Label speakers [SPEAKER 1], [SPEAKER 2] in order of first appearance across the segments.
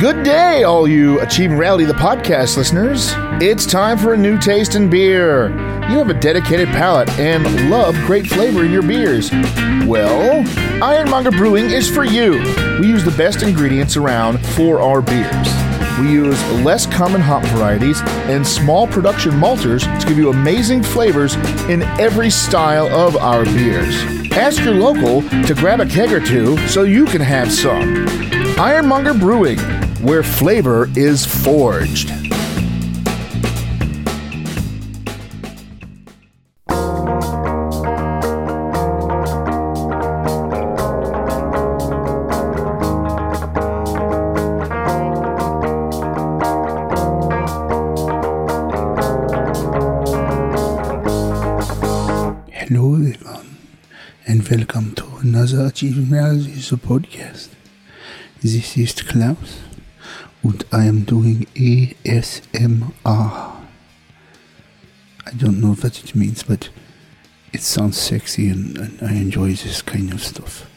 [SPEAKER 1] Good day, all you Achieving Reality the podcast listeners. It's time for a new taste in beer. You have a dedicated palate and love great flavor in your beers. Well, Ironmonger Brewing is for you. We use the best ingredients around for our beers. We use less common hop varieties and small production malters to give you amazing flavors in every style of our beers. Ask your local to grab a keg or two so you can have some. Ironmonger Brewing, where flavor is forged.
[SPEAKER 2] Hello, everyone, and welcome to another Achieving Realities podcast. This is Klaus, and I am doing ASMR. I don't know what it means, but it sounds sexy, and, and I enjoy this kind of stuff.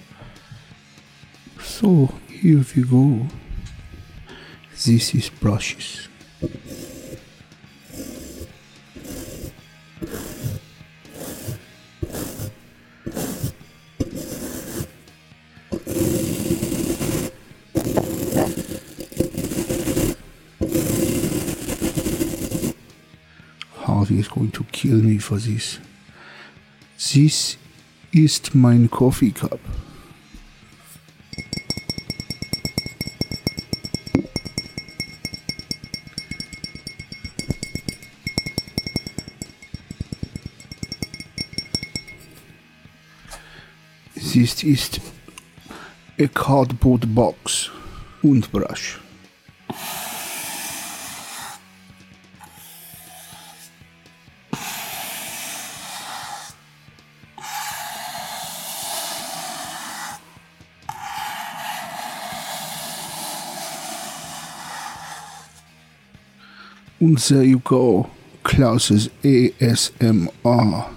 [SPEAKER 2] So, here we go. This is brushes. Harvey is going to kill me for this. This is mein coffee cup. This is a cardboard box und brush. And there you go. Klaus's ASMR.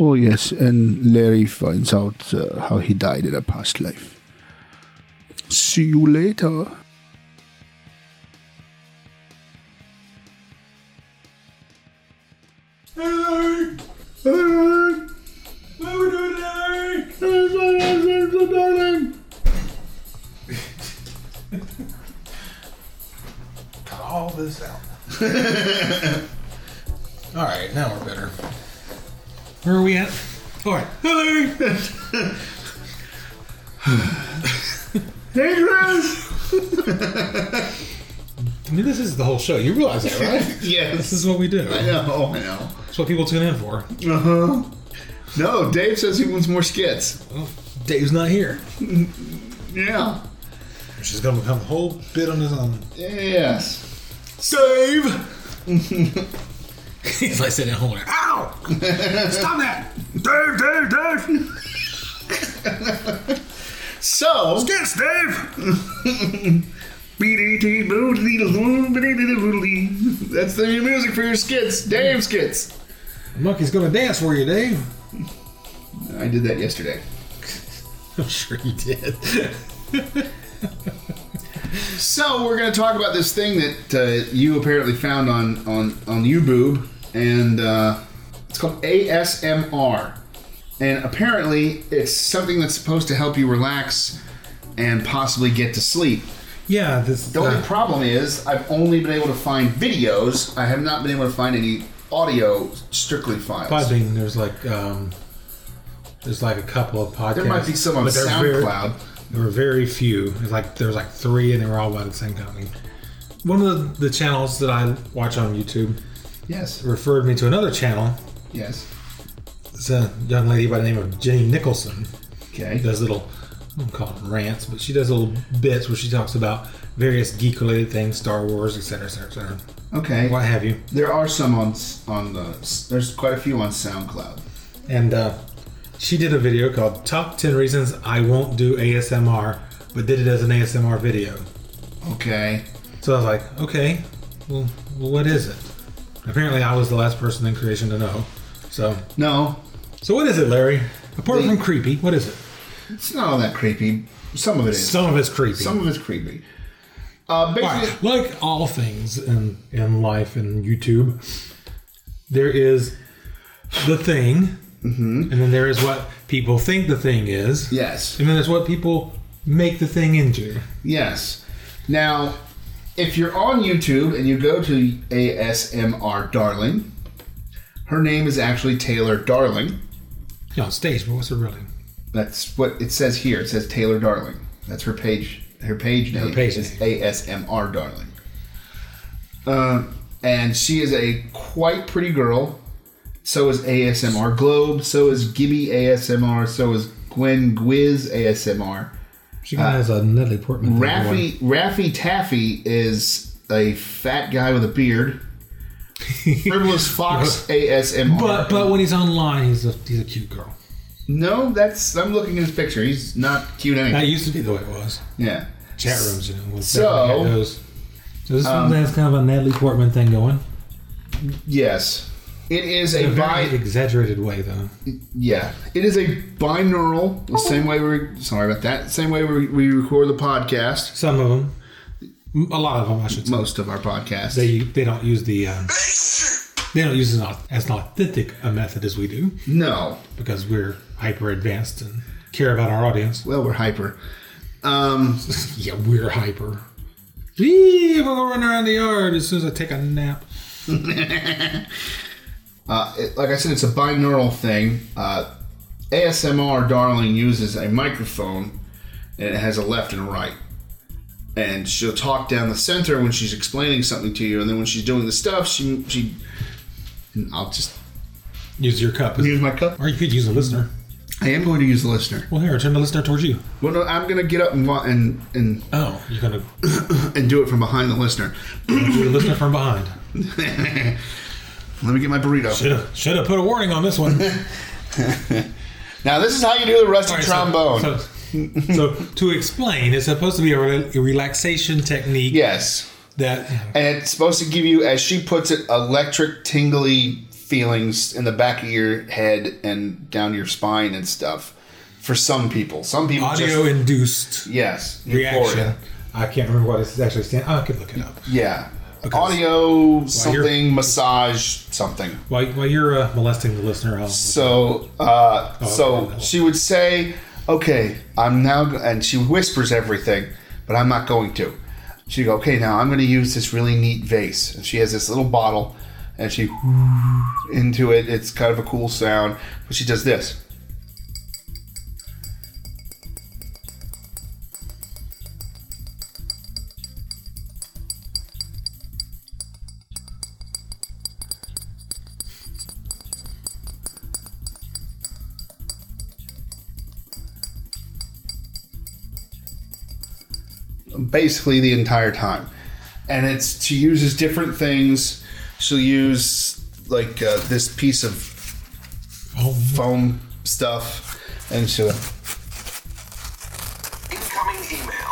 [SPEAKER 2] Oh, yes, and Larry finds out uh, how he died in a past life. See you later.
[SPEAKER 3] Cut all this out. all right, now we're better. Where are we at? All right. Hello. hey, Chris. I mean, this is the whole show. You realize that, right?
[SPEAKER 1] Yes,
[SPEAKER 3] this is what we do.
[SPEAKER 1] I know, I know.
[SPEAKER 3] That's what people tune in for.
[SPEAKER 1] Uh huh. No, Dave says he wants more skits.
[SPEAKER 3] Well, Oh, Dave's not here,
[SPEAKER 1] Yeah.
[SPEAKER 3] which is going to become a whole bit on his own.
[SPEAKER 1] Yes.
[SPEAKER 3] Dave. He's like sitting at home like, "Ah!" "Ow! Stop that, Dave! Dave! Dave!
[SPEAKER 1] So,
[SPEAKER 3] Yes, Dave!"
[SPEAKER 1] that's the new music for your skits, Dave skits.
[SPEAKER 3] Monkey's gonna dance for you, Dave.
[SPEAKER 1] I did that yesterday.
[SPEAKER 3] I'm sure you did.
[SPEAKER 1] So we're going to talk about this thing that uh, you apparently found on on on YouBoob, and uh, it's called ASMR. And apparently, it's something that's supposed to help you relax and possibly get to sleep.
[SPEAKER 3] yeah, this.
[SPEAKER 1] The only
[SPEAKER 3] uh,
[SPEAKER 1] problem is, I've only been able to find videos. I have not been able to find any audio strictly files.
[SPEAKER 3] Podbean, there's like um, there's like a couple of podcasts.
[SPEAKER 1] There might be some on
[SPEAKER 3] but they're very-
[SPEAKER 1] SoundCloud.
[SPEAKER 3] There were very few. There's like there was like three, and they were all by the same company. One of the, the channels that I watch on YouTube
[SPEAKER 1] Yes.
[SPEAKER 3] referred me to another channel.
[SPEAKER 1] Yes.
[SPEAKER 3] It's a young lady by the name of Jenny Nicholson.
[SPEAKER 1] Okay.
[SPEAKER 3] does little I don't call them rants, but she does little bits where she talks about various geek related things, Star Wars, etc., etc., etc.,
[SPEAKER 1] Okay.
[SPEAKER 3] what have you.
[SPEAKER 1] There are some on s- on the. s- There's quite a few on SoundCloud.
[SPEAKER 3] And uh, she did a video called Top 10 Reasons I Won't Do ASMR, but did it as an ASMR video.
[SPEAKER 1] Okay.
[SPEAKER 3] So I was like, okay, well, what is it? Apparently, I was the last person in creation to know. So,
[SPEAKER 1] No,
[SPEAKER 3] so what is it, Larry? Apart
[SPEAKER 1] The-
[SPEAKER 3] from creepy, what is it?
[SPEAKER 1] It's not all that creepy. Some of it is. Some,
[SPEAKER 3] Some of it's creepy.
[SPEAKER 1] of it's creepy. Uh,
[SPEAKER 3] All
[SPEAKER 1] basically,
[SPEAKER 3] right. Like all things in, in life and YouTube, there is the thing,
[SPEAKER 1] Mm-hmm.
[SPEAKER 3] and then there is what people think the thing is,
[SPEAKER 1] yes.
[SPEAKER 3] and then there's what people make the thing into.
[SPEAKER 1] Yes. Now, if you're on YouTube and you go to ASMR Darling, her name is actually Taylor Darling.
[SPEAKER 3] Yeah, on stage, but what's it really?
[SPEAKER 1] That's what it says here. It says Taylor Darling. That's her page. Her page name
[SPEAKER 3] page
[SPEAKER 1] is
[SPEAKER 3] name.
[SPEAKER 1] ASMR Darling. Um, and she is a quite pretty girl. So is ASMR Globe. So is Gibby ASMR. So is Gwen Gwiz ASMR.
[SPEAKER 3] She
[SPEAKER 1] Uh,
[SPEAKER 3] kind of has a Natalie Portman. thing going.
[SPEAKER 1] Raffy Raffy Taffy is a fat guy with a beard. Frivolous Fox ASMR.
[SPEAKER 3] But but when he's online, he's a he's a cute girl.
[SPEAKER 1] no, that's I'm looking at his picture. He's not cute
[SPEAKER 3] That
[SPEAKER 1] anyway.
[SPEAKER 3] used to be the way it was.
[SPEAKER 1] Yeah.
[SPEAKER 3] Chat rooms, you know. was
[SPEAKER 1] So- um,
[SPEAKER 3] definitely had those. so this one has kind of a Natalie Portman thing going.
[SPEAKER 1] Yes. It is
[SPEAKER 3] In
[SPEAKER 1] a
[SPEAKER 3] a very
[SPEAKER 1] bi
[SPEAKER 3] exaggerated way, though.
[SPEAKER 1] yeah. It is a binaural. The same way we sorry about that. Same way we, we record the podcast.
[SPEAKER 3] Some of them, M- a lot of them, I should say.
[SPEAKER 1] Most of our podcasts.
[SPEAKER 3] They they don't use the um, they don't use it as- as an authentic a method as we do
[SPEAKER 1] no.
[SPEAKER 3] because we're hyper advanced and care about our audience.
[SPEAKER 1] Well, we're hyper. Um
[SPEAKER 3] Yeah, we're hyper. Gee, we're gonna run around the yard as soon as I take a nap.
[SPEAKER 1] Uh, it, like I said, it's a binaural thing. Uh, ASMR Darling uses a microphone and it has a left and a right. And she'll talk down the center when she's explaining something to you, and then when she's doing the stuff, she she. and I'll just
[SPEAKER 3] Use your cup, as-
[SPEAKER 1] use my cup.
[SPEAKER 3] or you could use a listener.
[SPEAKER 1] I am going to use the listener.
[SPEAKER 3] Well, here, turn the listener towards you.
[SPEAKER 1] Well, no, I'm going to get up and wa- and and
[SPEAKER 3] Oh, you're gonna
[SPEAKER 1] and do it from behind the listener.
[SPEAKER 3] do the listener from behind.
[SPEAKER 1] Let me get my burrito.
[SPEAKER 3] Should have should have put a warning on this one.
[SPEAKER 1] Now this is how you do the rusty
[SPEAKER 3] All right, so-
[SPEAKER 1] trombone.
[SPEAKER 3] So, so to explain, it's supposed to be a re- a relaxation technique
[SPEAKER 1] yes.
[SPEAKER 3] that
[SPEAKER 1] and it's supposed to give you, as she puts it, electric tingly feelings in the back of your head and down your spine and stuff. For some people, some people
[SPEAKER 3] audio
[SPEAKER 1] just,
[SPEAKER 3] induced
[SPEAKER 1] yes
[SPEAKER 3] reaction.
[SPEAKER 1] euphoria.
[SPEAKER 3] I can't remember what this is actually stands. I could look it up.
[SPEAKER 1] yeah.
[SPEAKER 3] Because-
[SPEAKER 1] audio something
[SPEAKER 3] you're-
[SPEAKER 1] massage something.
[SPEAKER 3] While, while you're uh, molesting the listener, I'll,
[SPEAKER 1] So, uh, so
[SPEAKER 3] okay.
[SPEAKER 1] she would say, "Okay, I'm now," go-" and she whispers everything, but I'm not going to. She go, "Okay, now I'm going to use this really neat vase." And she has this little bottle, and she into it. It's kind of a cool sound, but she does this. basically the entire time. And it's she uses different things. She'll use like uh, this piece of foam stuff, and she'll
[SPEAKER 4] Incoming email.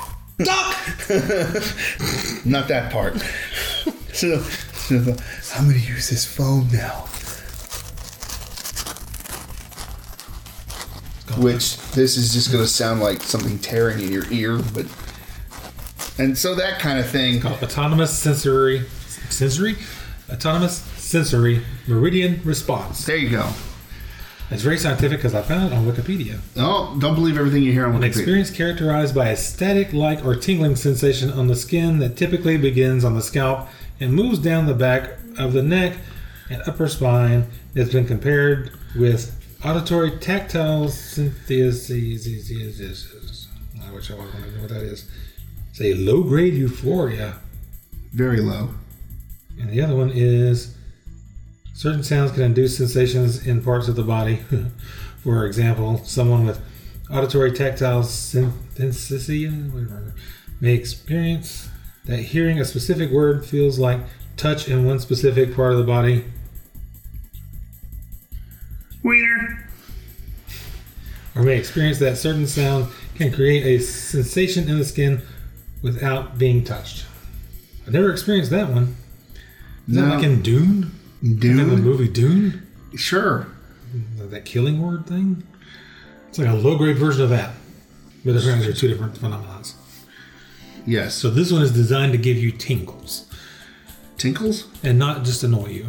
[SPEAKER 1] not that part. she'll, she'll go, I'm gonna use this foam now. Which this is just gonna sound like something tearing in your ear, but and so that kind of thing.
[SPEAKER 3] autonomous sensory sensory autonomous sensory meridian response.
[SPEAKER 1] There you go.
[SPEAKER 3] It's very scientific because I found it on Wikipedia.
[SPEAKER 1] Oh, don't believe everything you hear on
[SPEAKER 3] An
[SPEAKER 1] Wikipedia.
[SPEAKER 3] experience characterized by a static like or tingling sensation on the skin that typically begins on the scalp and moves down the back of the neck and upper spine has been compared with auditory tactile synthesis. I wish I was going to know what that is. It's a low grade euphoria.
[SPEAKER 1] Very low.
[SPEAKER 3] And the other one is certain sounds can induce sensations in parts of the body. For example, someone with auditory tactile synesthesia whatever, may experience that hearing a specific word feels like touch in one specific part of the body.
[SPEAKER 1] Wiener.
[SPEAKER 3] or may experience that certain sound can create a sensation in the skin without being touched. I've never experienced that one. Is that
[SPEAKER 1] No.
[SPEAKER 3] like in Dune? In the
[SPEAKER 1] Dude.
[SPEAKER 3] movie Dune?
[SPEAKER 1] Sure.
[SPEAKER 3] That killing word thing? It's like a low grade version of that. But apparently they're two different phenomena.
[SPEAKER 1] Yes.
[SPEAKER 3] So this one is designed to give you tingles
[SPEAKER 1] tinkles?
[SPEAKER 3] and not just annoy you.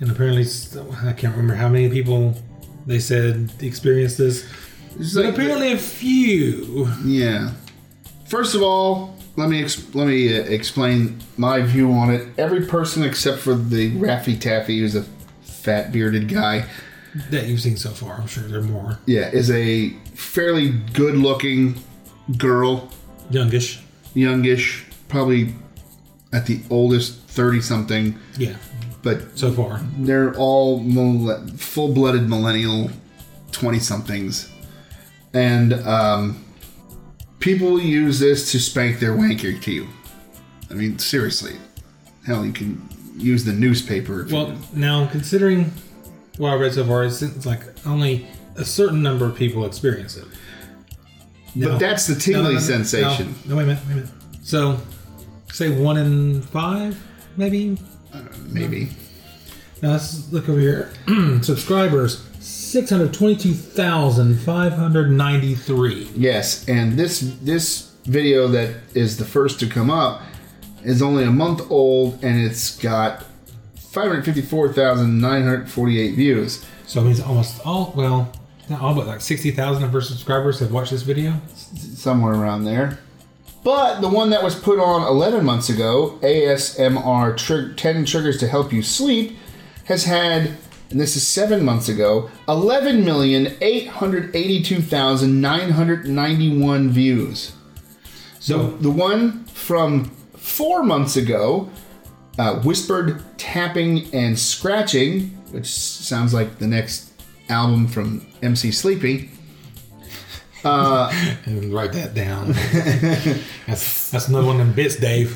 [SPEAKER 3] And apparently, s- I can't remember how many people they said experienced this,
[SPEAKER 1] It's
[SPEAKER 3] but
[SPEAKER 1] like-
[SPEAKER 3] apparently a few.
[SPEAKER 1] Yeah. First of all, let me ex- let me uh, explain my view on it. Every person except for the Raffy Taffy, who's a fat bearded guy,
[SPEAKER 3] that you've seen so far. I'm sure there are more.
[SPEAKER 1] yeah, is a fairly good looking girl,
[SPEAKER 3] Youngish.
[SPEAKER 1] youngish, probably at the oldest thirty something,
[SPEAKER 3] Yeah,
[SPEAKER 1] but
[SPEAKER 3] so far.
[SPEAKER 1] they're all mille- full-blooded millennial 20-somethings and um, people use this to spank their wanker to you i mean seriously hell you can use the newspaper if
[SPEAKER 3] Well,
[SPEAKER 1] you-
[SPEAKER 3] now considering what I read so far, it's it's like only a certain number of people experience it.
[SPEAKER 1] but that's the tingly sensation
[SPEAKER 3] No, no, wait a minute, wait a minute. So, say one in five, maybe?
[SPEAKER 1] maybe
[SPEAKER 3] Now let's look over here. Subscribers, 622,593.
[SPEAKER 1] yes and this this video that is the first to come up is only a month old and it's got 554948 views
[SPEAKER 3] So it means almost all, well, not all, but like 60,000 of our subscribers have watched this video.
[SPEAKER 1] somewhere around there. But the one that was put on 11 months ago, ASMR trig- 10 Triggers to Help You Sleep, has had, and this is seven months ago, 11,882,991 views.
[SPEAKER 3] So,
[SPEAKER 1] The one from four months ago, uh, Whispered Tapping and Scratching, which sounds like the next album from MC Sleepy.
[SPEAKER 3] And write that down. that's that's another one of them bits, Dave.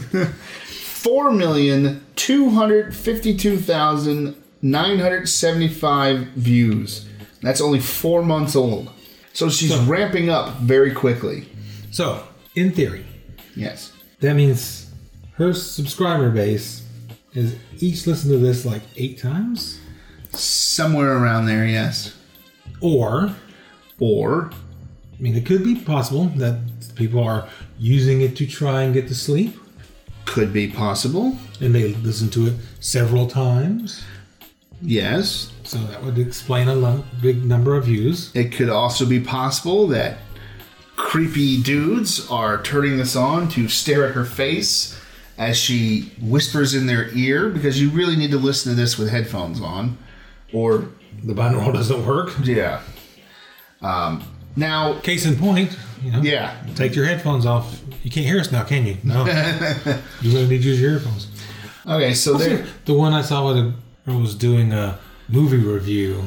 [SPEAKER 1] four million two hundred fifty-two thousand nine hundred seventy-five views. That's only four months old. So she's ramping up very quickly.
[SPEAKER 3] So, in theory,
[SPEAKER 1] Yes.
[SPEAKER 3] that means her subscriber base is each listened to this like eight times,
[SPEAKER 1] Somewhere around there, yes.
[SPEAKER 3] or
[SPEAKER 1] Or
[SPEAKER 3] I mean, it could be possible that people are using it to try and get to sleep,
[SPEAKER 1] could be possible.
[SPEAKER 3] and they listen to it several times.
[SPEAKER 1] Yes.
[SPEAKER 3] So that would explain a lo- big number of views.
[SPEAKER 1] It could also be possible that creepy dudes are turning this on to stare at her face as she whispers in their ear because you really need to listen to this with headphones on or
[SPEAKER 3] The binaural doesn't work.
[SPEAKER 1] Yeah. Um, now,
[SPEAKER 3] Case in point, you know,
[SPEAKER 1] yeah,
[SPEAKER 3] Take your headphones off. You can't hear us now, can you? No. You're going to need to use your earphones.
[SPEAKER 1] okay, so there
[SPEAKER 3] The one I saw with a, was doing a movie review,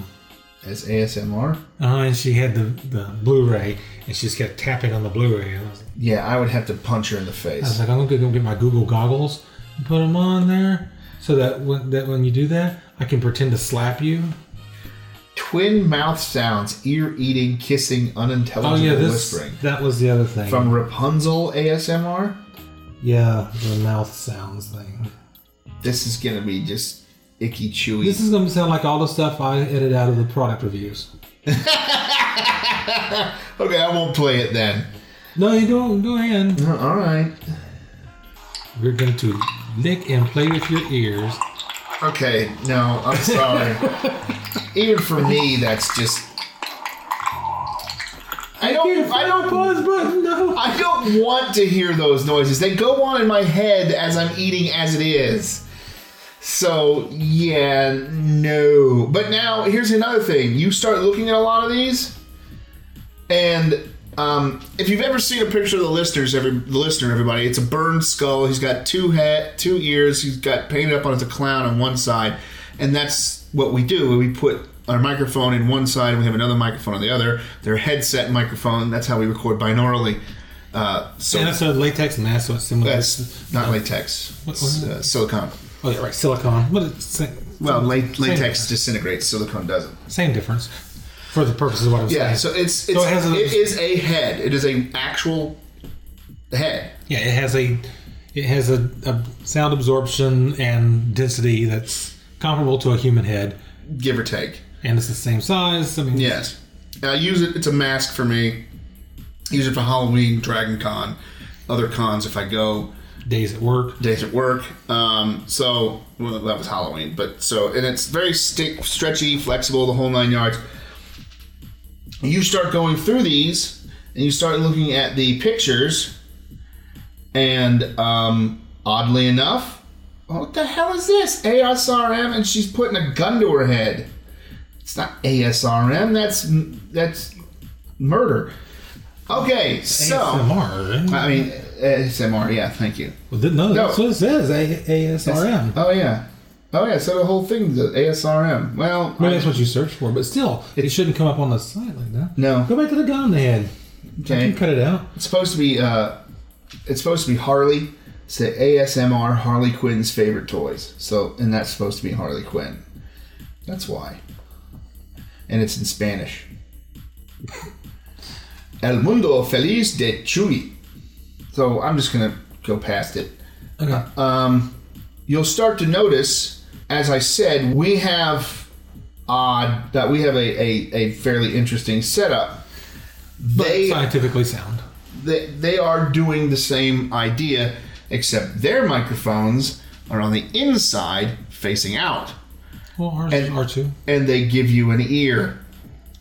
[SPEAKER 1] is ASMR.
[SPEAKER 3] uh, and she had the, the Blu-ray, and she just kept tapping on the Blu-ray. And I was,
[SPEAKER 1] Yeah, I would have to punch her in the
[SPEAKER 3] I was
[SPEAKER 1] face.
[SPEAKER 3] like, I'm gonna go get my Google goggles and put them on there, so that when, that when you do that, I can pretend to slap you.
[SPEAKER 1] Twin mouth sounds, ear eating, kissing,
[SPEAKER 3] Oh
[SPEAKER 1] unintelligible
[SPEAKER 3] yeah, this
[SPEAKER 1] whispering.
[SPEAKER 3] that was the other thing.
[SPEAKER 1] From Rapunzel ASMR,
[SPEAKER 3] yeah, the mouth sounds thing.
[SPEAKER 1] this is gonna be just icky chewy.
[SPEAKER 3] This is gonna sound like all the stuff I edit out of the product reviews.
[SPEAKER 1] okay, I won't play it then.
[SPEAKER 3] No, you don't. Go ahead.
[SPEAKER 1] Uh, All right.
[SPEAKER 3] We're going to lick and play with your ears.
[SPEAKER 1] Okay, no, I'm sorry. Even for me, that's just. I don't. I don't.
[SPEAKER 3] pause button. No.
[SPEAKER 1] I don't want to hear those noises. They go on in my head as I'm eating as it is. So, yeah, no. But now, here's another thing. You start looking at a lot of these, and um, if you've ever seen a picture of the listeners, every the listener, everybody, it's a burned skull. He's got two head, two ears. He's got painted up on as a clown on one side, and that's what we do. We put our microphone in one side, and we have another microphone on the other. Their headset and microphone. That's how we record binaurally. Uh, so
[SPEAKER 3] And that's a latex mask, so it's similar.
[SPEAKER 1] that's not latex.
[SPEAKER 3] What-
[SPEAKER 1] It's, uh, silicone.
[SPEAKER 3] oh yeah, right, silicone. But it's same,
[SPEAKER 1] Well, la- latex
[SPEAKER 3] Same.
[SPEAKER 1] disintegrates. Silicone doesn't.
[SPEAKER 3] same difference for the purposes of what I was
[SPEAKER 1] Yeah.
[SPEAKER 3] saying.
[SPEAKER 1] So it's, it's
[SPEAKER 3] it has a-
[SPEAKER 1] it is a head. It is a actual head.
[SPEAKER 3] yeah, it has a it has a, a sound absorption and density that's comparable to a human head,
[SPEAKER 1] give or take.
[SPEAKER 3] and it's the same size. I mean,
[SPEAKER 1] Yes. I use it. It's a mask for me. Use it for Halloween, Dragon Con, other cons if I go
[SPEAKER 3] Days at work.
[SPEAKER 1] days at work. Um, so well, that was Halloween, but so and it's very stick, stretchy, flexible, the whole nine yards. You start going through these, and you start looking at the pictures, and um, oddly enough, what the hell is this? ASRM, and she's putting a gun to her head. It's not ASRM. That's that's murder. Okay, so
[SPEAKER 3] ASMR. Right?
[SPEAKER 1] I mean ASMR. Yeah, thank you.
[SPEAKER 3] well, th- no, that's
[SPEAKER 1] no.
[SPEAKER 3] what it says. A- ASRM.
[SPEAKER 1] Oh yeah. Oh yeah. So the whole thing's a ASRM. Well,
[SPEAKER 3] Maybe
[SPEAKER 1] I-
[SPEAKER 3] that's what you search for, but still, it, shouldn't come up on the site like that.
[SPEAKER 1] uh, No.
[SPEAKER 3] Go back to the gun on the head.
[SPEAKER 1] Okay.
[SPEAKER 3] You can cut it out.
[SPEAKER 1] it's supposed to be. Uh, it's supposed to be Harley. It's the ASMR Harley Quinn's favorite toys. So and that's supposed to be Harley Quinn. That's why. And it's in Spanish. El mundo feliz de Chuy. So I'm just gonna go past it.
[SPEAKER 3] Okay.
[SPEAKER 1] um, you'll start to notice, as I said, we have odd that we have a, a, a fairly interesting setup. They,
[SPEAKER 3] Scientifically sound.
[SPEAKER 1] they they are doing the same idea, except their microphones are on the inside facing out,
[SPEAKER 3] Well, ours
[SPEAKER 1] And-
[SPEAKER 3] are too.
[SPEAKER 1] and they give you an ear.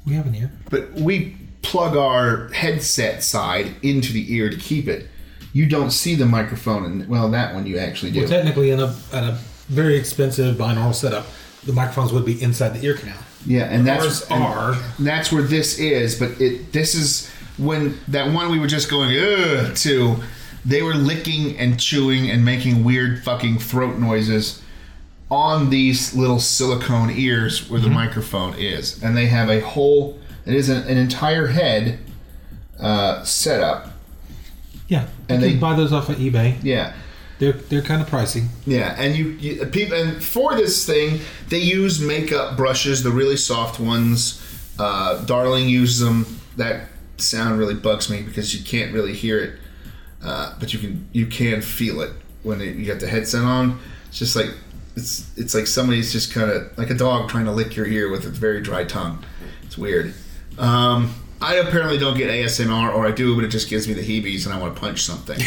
[SPEAKER 3] We have an ear.
[SPEAKER 1] but we plug our headset side into the ear to keep it. You don't see the microphone, and well, that one you actually do.
[SPEAKER 3] Well, technically, in a, at a very expensive binaural setup, the microphones would be inside the ear canal.
[SPEAKER 1] yeah, and that's
[SPEAKER 3] Ours
[SPEAKER 1] and
[SPEAKER 3] are.
[SPEAKER 1] that's where this is. But it this is when that one we were just going Ugh, to. They were licking and chewing and making weird fucking throat noises on these little silicone ears where the microphone is, and they have a whole. It is an, an entire head uh, setup.
[SPEAKER 3] Yeah. You
[SPEAKER 1] And
[SPEAKER 3] can
[SPEAKER 1] they-
[SPEAKER 3] buy those off of eBay.
[SPEAKER 1] Yeah.
[SPEAKER 3] They're they're kind of pricey.
[SPEAKER 1] Yeah, and you, you people and for this thing they use makeup brushes, the really soft ones. Uh, Darling uses them. That sound really bugs me because you can't really hear it, uh, but you can you can feel it when it, you got the headset on. It's just like it's it's like somebody's just kind of like a dog trying to lick your ear with a very dry tongue. It's weird. Um, I apparently don't get ASMR, or I do, but it just gives me the heebies, and I want to punch something.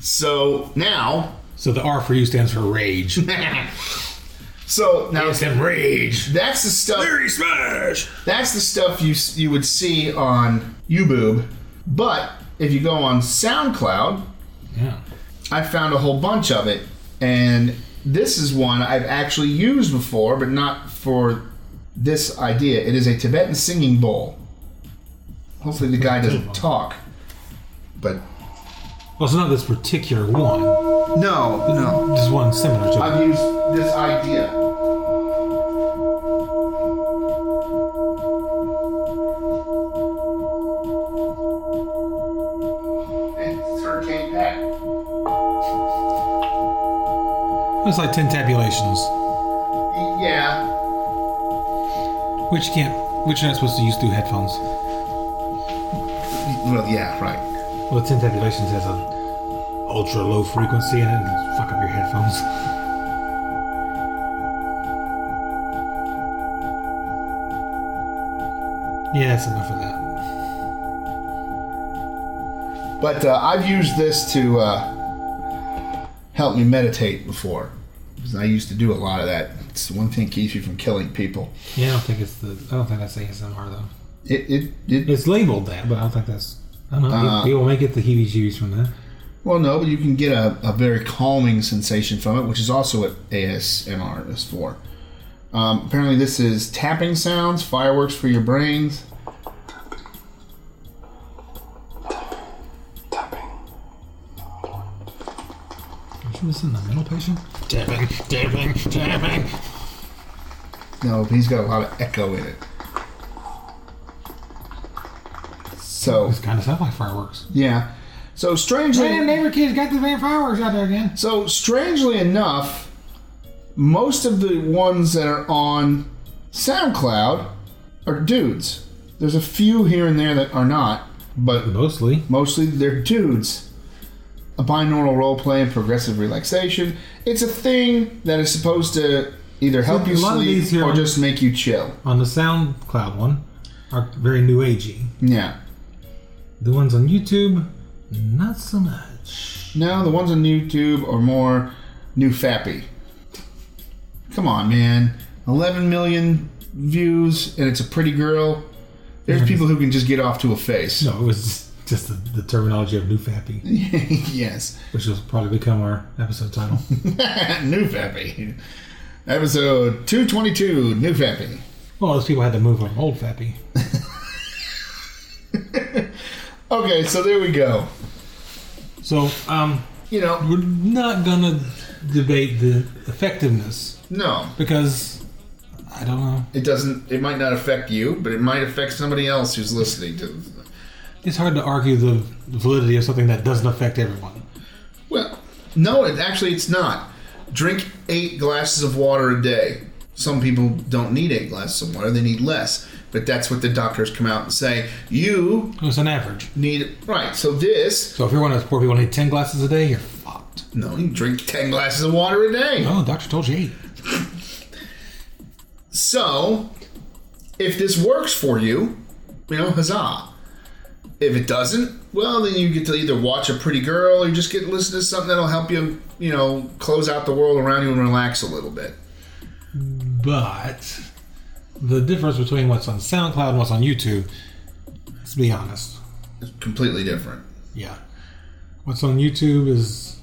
[SPEAKER 1] so now
[SPEAKER 3] So the R for you stands for rage.
[SPEAKER 1] so now
[SPEAKER 3] ASM rage.
[SPEAKER 1] that's the stuff.
[SPEAKER 3] Very smash.
[SPEAKER 1] That's the stuff you s- you would see on YouBoob, but if you go on SoundCloud,
[SPEAKER 3] Yeah.
[SPEAKER 1] I found a whole bunch of it, and this is one I've actually used before, but not for this idea. It is a Tibetan singing bowl. Hopefully, the guy doesn't talk, but
[SPEAKER 3] Well, it's not this particular one.
[SPEAKER 1] no, no.
[SPEAKER 3] Just one similar to it.
[SPEAKER 1] I've used this idea. It's Hurricane Pat.
[SPEAKER 3] It's like ten tabulations,
[SPEAKER 1] Yeah.
[SPEAKER 3] which you can't, which you're not supposed to use through headphones.
[SPEAKER 1] Well, yeah, right.
[SPEAKER 3] Well, ten tabulations has an ultra low frequency and it'll fuck up your headphones. Yeah, that's enough of that.
[SPEAKER 1] But uh, I've used this to uh, help me meditate before. 'Cause I used to do a lot of that. It's the one thing keeps you from killing people.
[SPEAKER 3] Yeah, I don't think it's the. I don't think that's ASMR though.
[SPEAKER 1] It, it, it
[SPEAKER 3] It's labeled that, but I don't think that's. I don't know.
[SPEAKER 1] Uh,
[SPEAKER 3] people may get the heebie-jeebies from that.
[SPEAKER 1] well, no, but you can get a, a very calming sensation from it, which is also what ASMR is for. Um, apparently, this is tapping sounds, fireworks for your brains.
[SPEAKER 3] Isn't this in the middle patient? Dabbing, dabbing, dabbing.
[SPEAKER 1] No, but he's got a lot of echo in it. So,
[SPEAKER 3] This kind of sounds like fireworks.
[SPEAKER 1] yeah. So, strangely.
[SPEAKER 3] neighbor kids got the damn fireworks out there again.
[SPEAKER 1] So, strangely enough, most of the ones that are on SoundCloud are dudes. There's a few here and there that are not, but
[SPEAKER 3] Mostly.
[SPEAKER 1] mostly they're dudes. A binaural role play and progressive relaxation. It's a thing that is supposed to either help
[SPEAKER 3] a
[SPEAKER 1] you
[SPEAKER 3] lot of
[SPEAKER 1] sleep
[SPEAKER 3] these here
[SPEAKER 1] or
[SPEAKER 3] on-
[SPEAKER 1] just make you chill.
[SPEAKER 3] On the SoundCloud one, are very new agey.
[SPEAKER 1] Yeah.
[SPEAKER 3] The ones on YouTube, not so much.
[SPEAKER 1] No, the ones on YouTube are more new fappy. Come on, man. 11 million views, and it's a pretty girl. There's people who can just get off to a face.
[SPEAKER 3] No, it was just the, the terminology of new fappy,
[SPEAKER 1] yes.
[SPEAKER 3] which will probably become our episode title.
[SPEAKER 1] new fappy. Episode 222, new fappy.
[SPEAKER 3] well, those people had to move from old fappy.
[SPEAKER 1] Okay, so there we go.
[SPEAKER 3] So, um,
[SPEAKER 1] You know,
[SPEAKER 3] we're not gonna debate the effectiveness
[SPEAKER 1] no,
[SPEAKER 3] because I don't know.
[SPEAKER 1] it doesn't, it might not affect you, but it might affect somebody else who's listening to.
[SPEAKER 3] It's hard to argue the validity of something that doesn't affect everyone.
[SPEAKER 1] Well, no, it actually it's not. Drink eight glasses of water a day. Some people don't need eight glasses of water; they need less. But that's what the doctors come out and say. You
[SPEAKER 3] It's an average.
[SPEAKER 1] need right. So this,
[SPEAKER 3] So if you're one of those poor people who need ten glasses a day, you're fucked.
[SPEAKER 1] no, you drink ten glasses of water a day.
[SPEAKER 3] Oh, doctor told you eight.
[SPEAKER 1] So, if this works for you, you know, huzzah. If it doesn't, well, then you get to either watch a pretty girl or you just get to listen to something that'll help you, you know, close out the world around you and relax a little bit.
[SPEAKER 3] But the difference between what's on SoundCloud and what's on YouTube, let's be honest.
[SPEAKER 1] It's completely different.
[SPEAKER 3] Yeah. What's on YouTube is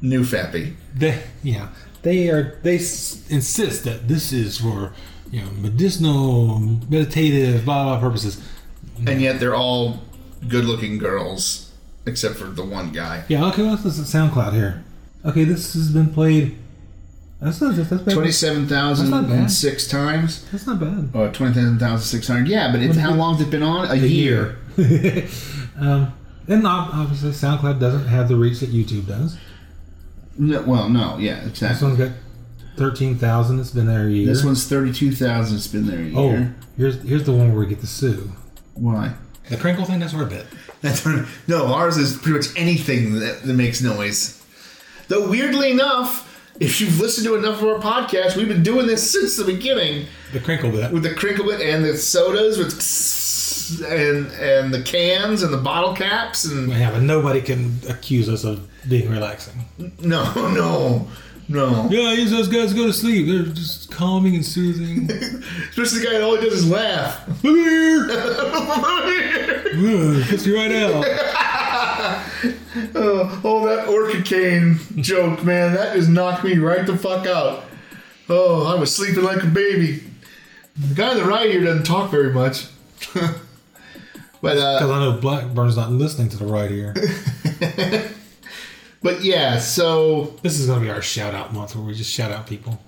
[SPEAKER 1] New fappy.
[SPEAKER 3] they yeah, they are they s- insist that this is for, you know, medicinal, meditative, blah blah purposes.
[SPEAKER 1] And yet they're all good looking girls, except for the one guy.
[SPEAKER 3] Yeah, okay, what's this on SoundCloud here? Okay, this has been played that's not that's bad.
[SPEAKER 1] 27,006 times.
[SPEAKER 3] that's not bad.
[SPEAKER 1] Or 27,600. Yeah, but it's, how long's it been on? A year.
[SPEAKER 3] um, and ob- obviously, SoundCloud doesn't have the reach that YouTube does.
[SPEAKER 1] No, well, no, yeah,
[SPEAKER 3] This
[SPEAKER 1] exactly.
[SPEAKER 3] one's got thirteen thousand. It's been there a year.
[SPEAKER 1] This one's 32,000. It's been there a
[SPEAKER 3] Oh,
[SPEAKER 1] year.
[SPEAKER 3] here's here's the one where we get to sue.
[SPEAKER 1] Why?
[SPEAKER 3] The crinkle thing. That's our bit.
[SPEAKER 1] That's what, no, ours is pretty much anything that, that makes noise. Though, weirdly enough, if you've listened to enough of our podcasts, we've been doing this since the beginning.
[SPEAKER 3] The crinkle bit.
[SPEAKER 1] with the crinkle bit and the sodas with and and the cans and the bottle caps and
[SPEAKER 3] Yeah, but nobody can accuse us of being relaxing.
[SPEAKER 1] no no no
[SPEAKER 3] Yeah, use those guys to go to sleep. They're just calming and soothing.
[SPEAKER 1] especially the guy that all he does is laugh
[SPEAKER 3] Look here, Ugh, gets you right out.
[SPEAKER 1] oh, oh that orchid cane joke man that just knocked me right the fuck out oh I was sleeping like a baby the guy on the right here doesn't talk very much but uh
[SPEAKER 3] Because I know Blackburn's not listening to the right ear.
[SPEAKER 1] but yeah so
[SPEAKER 3] This is gonna be our shout out month where we just shout out people.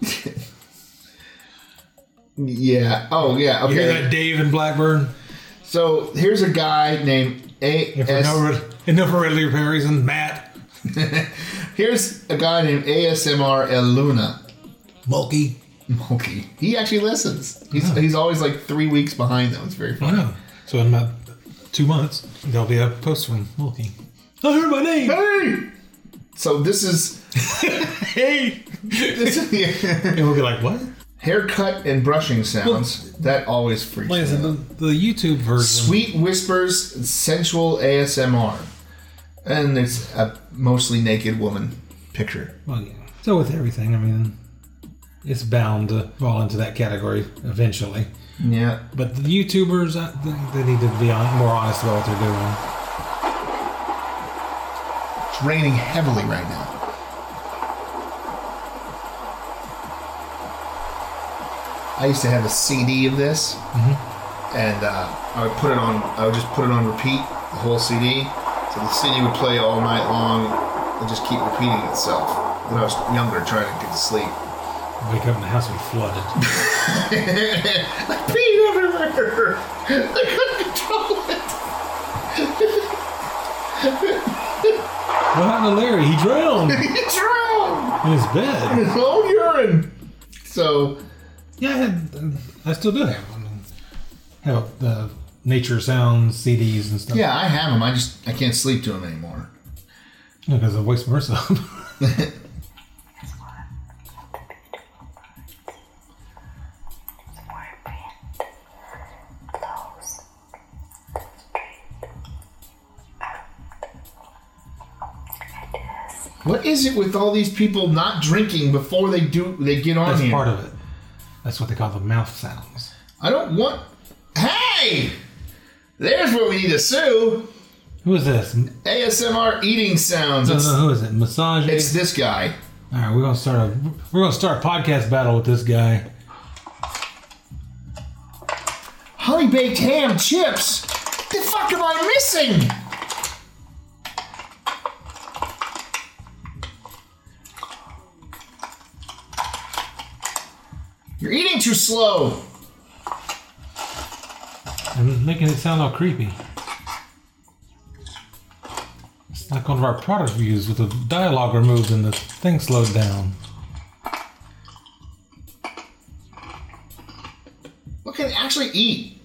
[SPEAKER 1] yeah oh yeah
[SPEAKER 3] You hear
[SPEAKER 1] okay
[SPEAKER 3] that, Dave and Blackburn?
[SPEAKER 1] so here's a guy named A
[SPEAKER 3] And for
[SPEAKER 1] S-
[SPEAKER 3] no re- and no for really apparent reason, Matt
[SPEAKER 1] Here's a guy named ASMR El Luna.
[SPEAKER 3] Mulkey.
[SPEAKER 1] Monkey. He actually listens. He's,
[SPEAKER 3] Oh.
[SPEAKER 1] he's always like three weeks behind though. It's very
[SPEAKER 3] I
[SPEAKER 1] funny.
[SPEAKER 3] know. So in about two months, there'll be a post from Mulkey. I heard my name.
[SPEAKER 1] Hey! So this is
[SPEAKER 3] hey.
[SPEAKER 1] this is yeah.
[SPEAKER 3] And we'll be like, what?
[SPEAKER 1] haircut and brushing sounds. That always freaks
[SPEAKER 3] Like I said,
[SPEAKER 1] me
[SPEAKER 3] the,
[SPEAKER 1] out.
[SPEAKER 3] the YouTube version.
[SPEAKER 1] Sweet whispers, sensual ASMR, and it's a mostly naked woman picture.
[SPEAKER 3] Well, yeah. So with everything, I mean, it's bound to fall into that category eventually.
[SPEAKER 1] Yeah.
[SPEAKER 3] But the YouTubers, I think they need to be on, more honest about what they're doing.
[SPEAKER 1] It's raining heavily right now. I used to have a CD of this, and uh, I would put it on. I would just put it on repeat, the whole CD. So the CD would play all night long and just keep repeating itself. When I was younger, trying to get to sleep,
[SPEAKER 3] Wake up in the house and be flooded.
[SPEAKER 1] I peed everywhere. I couldn't control it.
[SPEAKER 3] what happened to Larry? He drowned
[SPEAKER 1] It's wrong.
[SPEAKER 3] in his bed.
[SPEAKER 1] It's all urine. So
[SPEAKER 3] Yeah, I, had, uh, I still do have. I mean, have the nature sounds CDs and stuff.
[SPEAKER 1] yeah, I have them. I just I can't sleep to them anymore.
[SPEAKER 3] because I waste myself.
[SPEAKER 4] Open, close, straight,
[SPEAKER 1] What is it with all these people not drinking before they do? They get on
[SPEAKER 3] That's
[SPEAKER 1] here.
[SPEAKER 3] part of it. That's what they call the mouth sounds.
[SPEAKER 1] I don't want. Hey, there's where we need to sue.
[SPEAKER 3] Who is this? No,
[SPEAKER 1] ASMR eating sounds.
[SPEAKER 3] no,
[SPEAKER 1] It's,
[SPEAKER 3] who is it? Massage.
[SPEAKER 1] it's this guy.
[SPEAKER 3] All right, we're gonna start a we're gonna start a podcast battle with this guy.
[SPEAKER 1] Honey baked ham chips. The fuck am I missing? You're eating too slow.
[SPEAKER 3] I'm making it sound all creepy. It's like one of our product reviews with the dialogue removed and the thing slowed down.
[SPEAKER 1] What can I actually eat?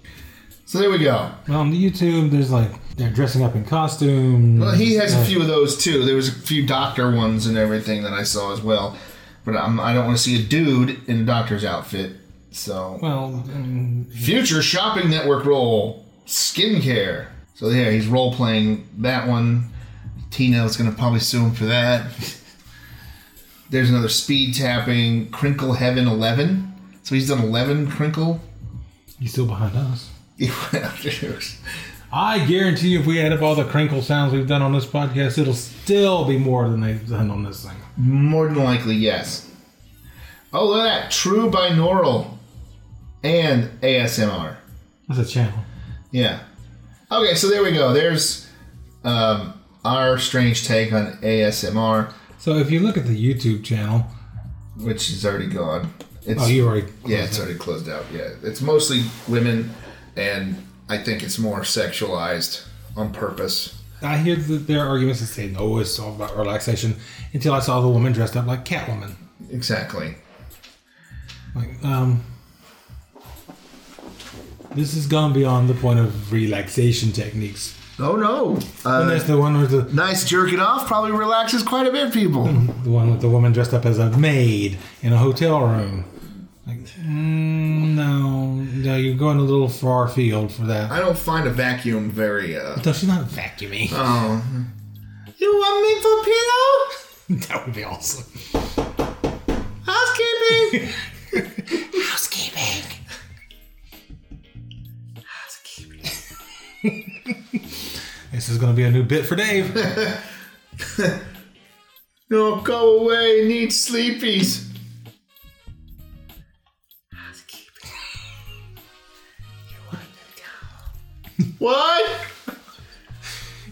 [SPEAKER 1] So there we go.
[SPEAKER 3] Well, on the YouTube, there's like they're dressing up in costumes.
[SPEAKER 1] Well, he has a
[SPEAKER 3] Uh,
[SPEAKER 1] few of those too. There was a few doctor ones and everything that I saw as well, but I'm, I don't want to see a dude in a doctor's outfit. So
[SPEAKER 3] Well, um,
[SPEAKER 1] future shopping network role skincare. So yeah, he's role playing that one. Tino's gonna probably sue him for that. There's another speed tapping crinkle heaven eleven. So he's done eleven crinkle.
[SPEAKER 3] he's still behind us.
[SPEAKER 1] yeah,
[SPEAKER 3] I guarantee you, if we add up all the crinkle sounds we've done on this podcast, it'll still be more than they've done on this thing.
[SPEAKER 1] More than likely, yes. Oh, look at that. True binaural and ASMR.
[SPEAKER 3] That's a channel.
[SPEAKER 1] Yeah. Okay, so there we go. There's um, our strange take on ASMR,
[SPEAKER 3] So if you look at the YouTube channel,
[SPEAKER 1] which is already gone. It's,
[SPEAKER 3] oh, you already
[SPEAKER 1] yeah, it's already closed out. Yeah, it's mostly women, and I think it's more sexualized on purpose.
[SPEAKER 3] I hear that there are arguments that say no, it's all about relaxation. Until I saw the woman dressed up like Catwoman.
[SPEAKER 1] Exactly.
[SPEAKER 3] Like, um, this has gone beyond the point of relaxation techniques.
[SPEAKER 1] Oh, no.
[SPEAKER 3] And
[SPEAKER 1] Uh,
[SPEAKER 3] that's the one with the,
[SPEAKER 1] nice jerking off probably relaxes quite a bit, people.
[SPEAKER 3] the one with the woman dressed up as a maid in a hotel room. Like, mm, no, no, you're going a little far afield for that.
[SPEAKER 1] I don't find a vacuum very. Uh,
[SPEAKER 3] No, she's not vacuuming.
[SPEAKER 1] Oh. You want me for pillow?
[SPEAKER 3] that would be awesome.
[SPEAKER 1] Housekeeping.
[SPEAKER 3] Housekeeping. This is going to be a new bit for Dave.
[SPEAKER 1] no, go away. Need sleepies. What?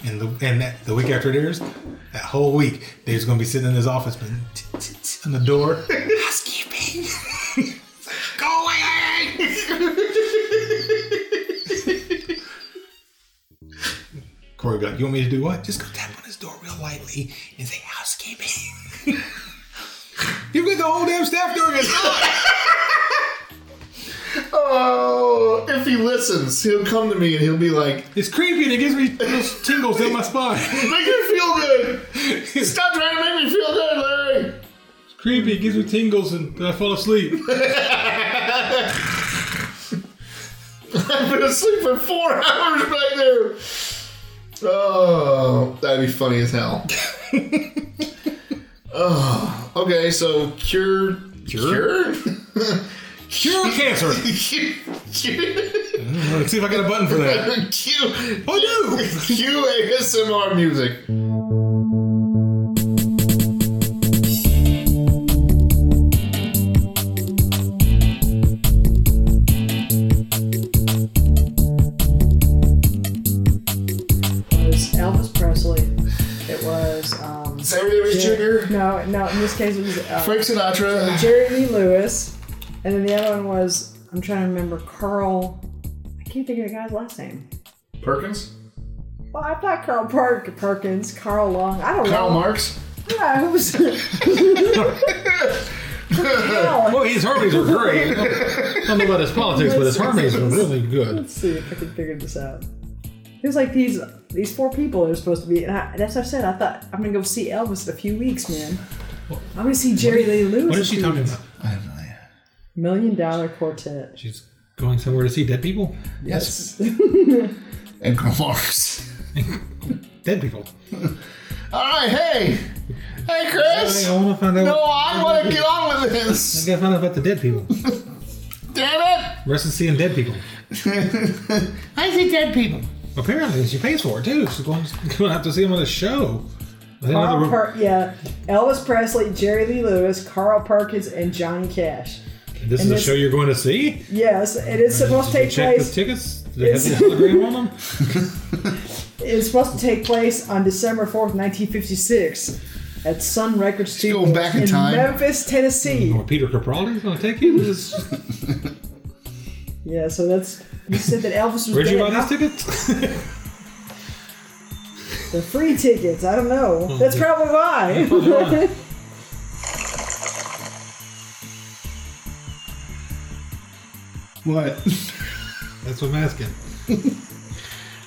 [SPEAKER 3] And the and that, the week after it airs, that whole week, Dave's gonna be sitting in his office, but t- t- t- on the door. Housekeeping. Go away. Corey would be like, "You want me to do what? Just go tap on his door real lightly and say housekeeping." You've got the whole damn staff doing it.
[SPEAKER 1] Oh, if he listens, he'll come to me and he'll be like,
[SPEAKER 3] It's creepy and it gives me those tingles in my spine.
[SPEAKER 1] "Make me feel good.
[SPEAKER 3] It's
[SPEAKER 1] Stop trying to make me feel good, Larry."
[SPEAKER 3] creepy, it gives me tingles and then I fall asleep.
[SPEAKER 1] I've been asleep for four hours back there. Oh, that'd be funny as hell. oh, okay, so cure, cure,
[SPEAKER 3] Cure cancer.
[SPEAKER 1] Q, Q,
[SPEAKER 3] Let's see if I got a button for that.
[SPEAKER 1] Q,
[SPEAKER 3] Oh no!
[SPEAKER 1] Q ASMR music.
[SPEAKER 4] was Elvis Presley. It was um,
[SPEAKER 1] Sammy Davis Jr.,
[SPEAKER 4] no, no. In this case, it was uh,
[SPEAKER 1] Frank Sinatra.
[SPEAKER 4] Jerry Lee Lewis, and then the other one was I'm trying to remember Carl. I can't think of the guy's last name.
[SPEAKER 1] Perkins?
[SPEAKER 4] Well, I thought Carl Park, Perkins, Carl Long. I don't
[SPEAKER 1] Karl
[SPEAKER 4] know.
[SPEAKER 1] Marx?
[SPEAKER 4] Yeah, who was Carl?
[SPEAKER 3] Well, his harmonies were great. I don't know about his politics, but his harmonies were really good.
[SPEAKER 4] Let's see if I can figure this out. It was like these these four people are supposed to be, and I, that's what I said. I thought I'm gonna go see Elvis in a few weeks, man. I'm gonna see Jerry Lee Lewis.
[SPEAKER 3] What is
[SPEAKER 4] in a
[SPEAKER 3] she
[SPEAKER 4] few
[SPEAKER 3] talking
[SPEAKER 4] weeks.
[SPEAKER 3] about?
[SPEAKER 1] I have no idea.
[SPEAKER 4] Million Dollar Quartet.
[SPEAKER 3] She's going somewhere to see dead people?
[SPEAKER 1] Yes. and Karl Marx.
[SPEAKER 3] Dead people.
[SPEAKER 1] All right, hey. Hey,
[SPEAKER 3] Hey,
[SPEAKER 1] Chris!
[SPEAKER 3] I want to find out.
[SPEAKER 1] No,
[SPEAKER 3] what-
[SPEAKER 1] I want to get on with
[SPEAKER 3] I
[SPEAKER 1] this!
[SPEAKER 3] gotta find out about the dead people.
[SPEAKER 1] Damn
[SPEAKER 3] Rest and seeing dead people.
[SPEAKER 1] it! I see dead people.
[SPEAKER 3] Apparently, she pays for it too. She's going, going out to see him on a show. I didn't know
[SPEAKER 4] Carl
[SPEAKER 3] there were-
[SPEAKER 4] per- yeah, Elvis Presley, Jerry Lee Lewis, Carl Perkins, and Johnny Cash.
[SPEAKER 3] this is
[SPEAKER 4] and
[SPEAKER 3] a
[SPEAKER 4] this-
[SPEAKER 3] show you're going to see.
[SPEAKER 4] Yes, it is supposed to
[SPEAKER 3] Did you
[SPEAKER 4] take
[SPEAKER 3] check the
[SPEAKER 4] place.
[SPEAKER 3] tickets. Do they have the
[SPEAKER 4] It's-
[SPEAKER 3] hologram on them?
[SPEAKER 4] It's supposed to take place on December fourth, nineteen fifty-six, at Sun Record Studios
[SPEAKER 1] going back in time.
[SPEAKER 4] Memphis, Tennessee.
[SPEAKER 3] Or Peter Capraldi's going to take you? to this-
[SPEAKER 4] Yeah, so that's you said that Elvis was
[SPEAKER 3] Where'd you buy these
[SPEAKER 4] dead.
[SPEAKER 3] tickets?
[SPEAKER 4] the free tickets. I don't know. That's probably why.
[SPEAKER 1] What?
[SPEAKER 3] That's what I'm asking.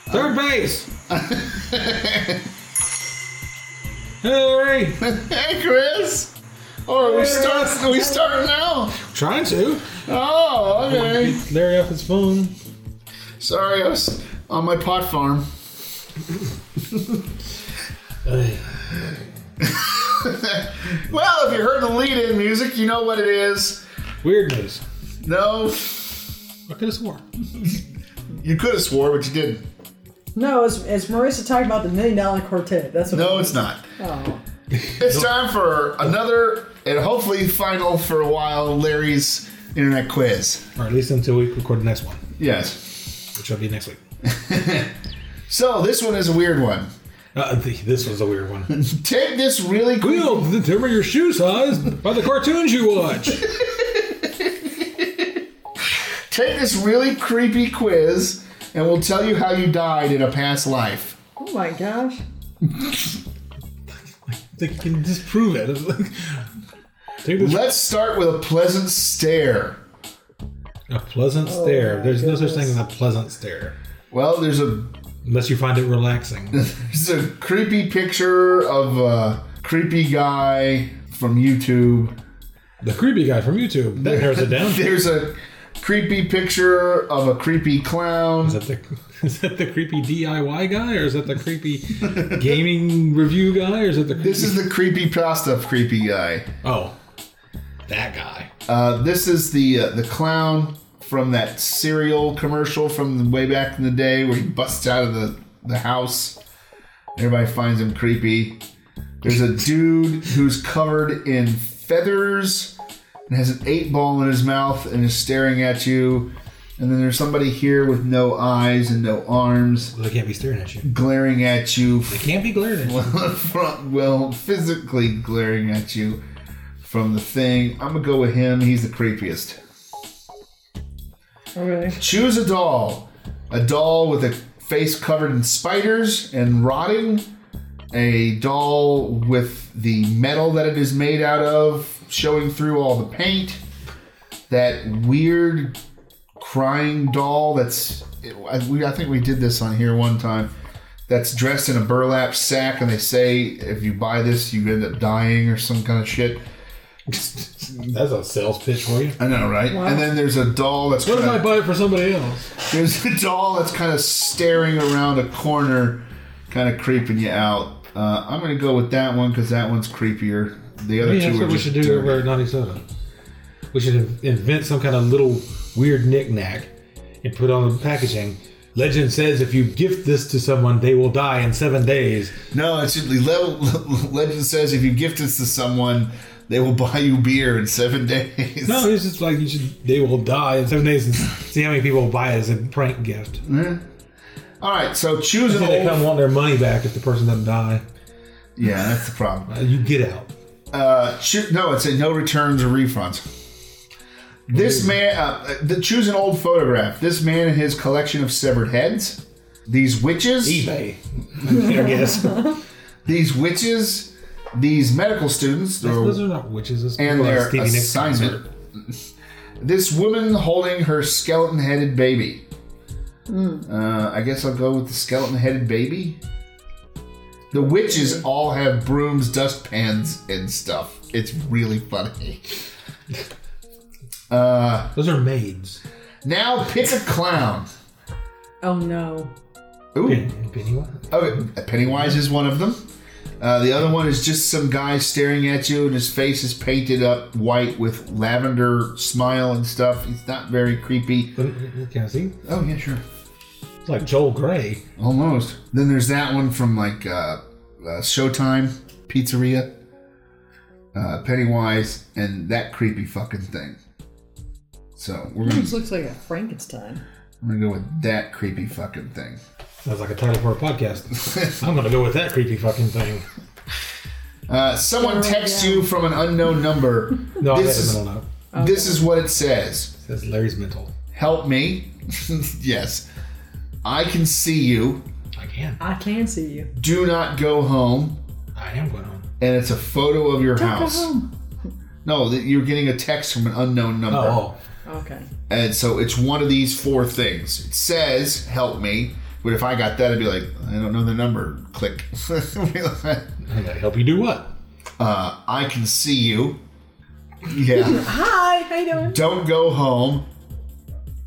[SPEAKER 3] Third base. Hillary.
[SPEAKER 1] Hey, Chris! Oh, we start, we start now!
[SPEAKER 3] Trying to.
[SPEAKER 1] Oh, okay.
[SPEAKER 3] Larry off his phone.
[SPEAKER 1] Sorry, I was on my pot farm. Well, if you heard the lead in music, you know what it is.
[SPEAKER 3] Weird news.
[SPEAKER 1] No,
[SPEAKER 3] I could have swore.
[SPEAKER 1] you could have swore, but you didn't.
[SPEAKER 4] no, it's, it's Marissa talking about the Million Dollar Quartet. That's what.
[SPEAKER 1] No, it's not.
[SPEAKER 4] Oh.
[SPEAKER 1] It's time for another and hopefully final for a while Larry's internet quiz.
[SPEAKER 3] Or at least until we record the next one,
[SPEAKER 1] Yes.
[SPEAKER 3] which will be next week.
[SPEAKER 1] So this one is a weird one.
[SPEAKER 3] Uh, th- this was a weird one.
[SPEAKER 1] Take this really quick.
[SPEAKER 3] We'll determine your shoe size by the cartoons you watch.
[SPEAKER 1] Take this really creepy quiz, and we'll tell you how you died in a past life.
[SPEAKER 4] oh my gosh.
[SPEAKER 3] They can disprove it. It's like- Take this-
[SPEAKER 1] Let's start with a pleasant stare.
[SPEAKER 3] a pleasant stare.
[SPEAKER 4] my
[SPEAKER 3] There's no such
[SPEAKER 4] goodness.
[SPEAKER 3] thing as a pleasant stare.
[SPEAKER 1] Well, there's a
[SPEAKER 3] Unless you find it relaxing.
[SPEAKER 1] This is a creepy picture of a creepy guy from YouTube.
[SPEAKER 3] The creepy guy from YouTube. That narrows it down.
[SPEAKER 1] There's a creepy picture of a creepy
[SPEAKER 3] Is
[SPEAKER 1] clown.
[SPEAKER 3] that, the, is that the creepy DIY guy, or is that the creepy gaming review guy, or is that the creepy...
[SPEAKER 1] This is the creepy pasta creepy guy.
[SPEAKER 3] oh, that guy.
[SPEAKER 1] Uh, this is the uh, the clown from that cereal commercial from the way back in the day where he busts out of the, the house. Everybody finds him creepy. There's a dude who's covered in feathers and has an eight ball in his mouth and is staring at you. And then there's somebody here with no eyes and no arms
[SPEAKER 3] Well, they can't be staring at you.
[SPEAKER 1] glaring at you
[SPEAKER 3] They can't be glaring at you.
[SPEAKER 1] front well physically glaring at you from the thing. I'm gonna go with him. He's the creepiest.
[SPEAKER 4] Okay.
[SPEAKER 1] Choose a doll. A doll with a face covered in spiders and rotting. A doll with the metal that it is made out of showing through all the paint. That weird crying doll that's. I, we, I think we did this on here one time. That's dressed in a burlap sack, and they say if you buy this, you end up dying or some kind of shit.
[SPEAKER 3] That's a sales pitch for you.
[SPEAKER 1] I know, right? And then there's a doll that's.
[SPEAKER 3] What if
[SPEAKER 1] kinda-
[SPEAKER 3] I buy it for somebody else?
[SPEAKER 1] There's a doll that's kind of staring around a corner, kind of creeping you out. Uh, I'm gonna go with that one because that one's creepier. The other
[SPEAKER 3] Yeah,
[SPEAKER 1] two
[SPEAKER 3] that's
[SPEAKER 1] are
[SPEAKER 3] what we
[SPEAKER 1] just
[SPEAKER 3] should do
[SPEAKER 1] dirty.
[SPEAKER 3] over at Naughty Soda. We should in- invent some kind of little weird knickknack and put on the packaging. Legend says if you gift this to someone, they will die in seven days.
[SPEAKER 1] No, it should be. Le- Legend says if you gift this to someone, they will buy you beer in seven days.
[SPEAKER 3] No, it's just like you should. They will die in seven days. And see how many people will buy it as a prank gift.
[SPEAKER 1] All right, so choose an
[SPEAKER 3] Then they come
[SPEAKER 1] old.
[SPEAKER 3] want their money back if the person doesn't die.
[SPEAKER 1] Yeah, that's the problem.
[SPEAKER 3] Uh, You get out.
[SPEAKER 1] Uh, choo- no, it's a no returns or refunds. This man, uh, the, choose an old photograph. This man and his collection of severed heads. These witches.
[SPEAKER 3] eBay. I guess.
[SPEAKER 1] these witches, these medical students,
[SPEAKER 3] Those
[SPEAKER 1] they're-
[SPEAKER 3] are not witches. Those
[SPEAKER 1] and
[SPEAKER 3] people are
[SPEAKER 1] their
[SPEAKER 3] Stevie Nicks
[SPEAKER 1] assignment.
[SPEAKER 3] concert.
[SPEAKER 1] This woman holding her skeleton-headed baby. Uh, I guess I'll go with the skeleton-headed baby. The witches all have brooms, dustpans, and stuff. It's really funny.
[SPEAKER 3] Those are maids.
[SPEAKER 1] Now pick a clown.
[SPEAKER 4] Oh no.
[SPEAKER 1] Ooh,
[SPEAKER 3] Penny- Pennywise.
[SPEAKER 1] okay. Pennywise is Oh, one of them. Uh, the other one is just some guy staring at you, and his face is painted up white with lavender smile and stuff. He's not very creepy.
[SPEAKER 3] Let me- Can I see?
[SPEAKER 1] Oh yeah, sure,
[SPEAKER 3] It's like Joel Gray.
[SPEAKER 1] almost. Then there's that one from like uh, uh, Showtime Pizzeria, uh, Pennywise, and that creepy fucking thing. So we're gonna,
[SPEAKER 4] This looks like a Frankenstein.
[SPEAKER 1] we're gonna go with that creepy fucking thing.
[SPEAKER 3] Sounds like a title for a podcast. I'm gonna go with that creepy fucking thing.
[SPEAKER 1] Uh, someone texts you from an unknown number.
[SPEAKER 3] No, I
[SPEAKER 1] This
[SPEAKER 3] had
[SPEAKER 1] is-
[SPEAKER 3] a mental note.
[SPEAKER 1] This is what it says.
[SPEAKER 3] It says Larry's mental.
[SPEAKER 1] Help me. yes. I can see you.
[SPEAKER 3] I can.
[SPEAKER 4] I can see you.
[SPEAKER 1] Do not go home.
[SPEAKER 3] I am going home.
[SPEAKER 1] And it's a photo of your
[SPEAKER 4] Don't go
[SPEAKER 1] house.
[SPEAKER 4] home.
[SPEAKER 1] No, that you're getting a text from an unknown number.
[SPEAKER 3] Oh,
[SPEAKER 4] Okay.
[SPEAKER 1] And so it's one of these four things. It says help me, but if I got that, I'd be like, I don't know the number. Click.
[SPEAKER 3] oh. And that help you do what?
[SPEAKER 1] uh, I can see you. Yeah.
[SPEAKER 4] Hi, how you doing?
[SPEAKER 1] don't go home.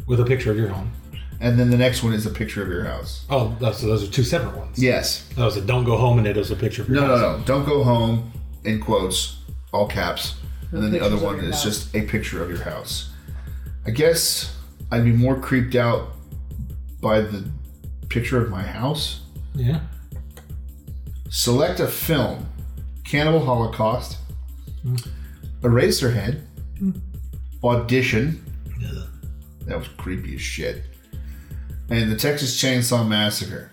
[SPEAKER 3] With a picture of your home.
[SPEAKER 1] And then the next one is a picture of your house.
[SPEAKER 3] Oh, that's, so those are two separate ones.
[SPEAKER 1] Yes.
[SPEAKER 3] That was a don't go home and it was a picture of your
[SPEAKER 1] No,
[SPEAKER 3] house.
[SPEAKER 1] no, no. Don't go home, in quotes, all caps. And then the
[SPEAKER 4] Pictures
[SPEAKER 1] other
[SPEAKER 4] of
[SPEAKER 1] one
[SPEAKER 4] your
[SPEAKER 1] is
[SPEAKER 4] house.
[SPEAKER 1] just a picture of your house. I guess I'd be more creeped out by the picture of my house.
[SPEAKER 3] Yeah.
[SPEAKER 1] Select a film Cannibal Holocaust,
[SPEAKER 4] Hmm.
[SPEAKER 1] Eraserhead, Audition.
[SPEAKER 3] Ugh.
[SPEAKER 1] That was creepy as shit. And the Texas Chainsaw Massacre.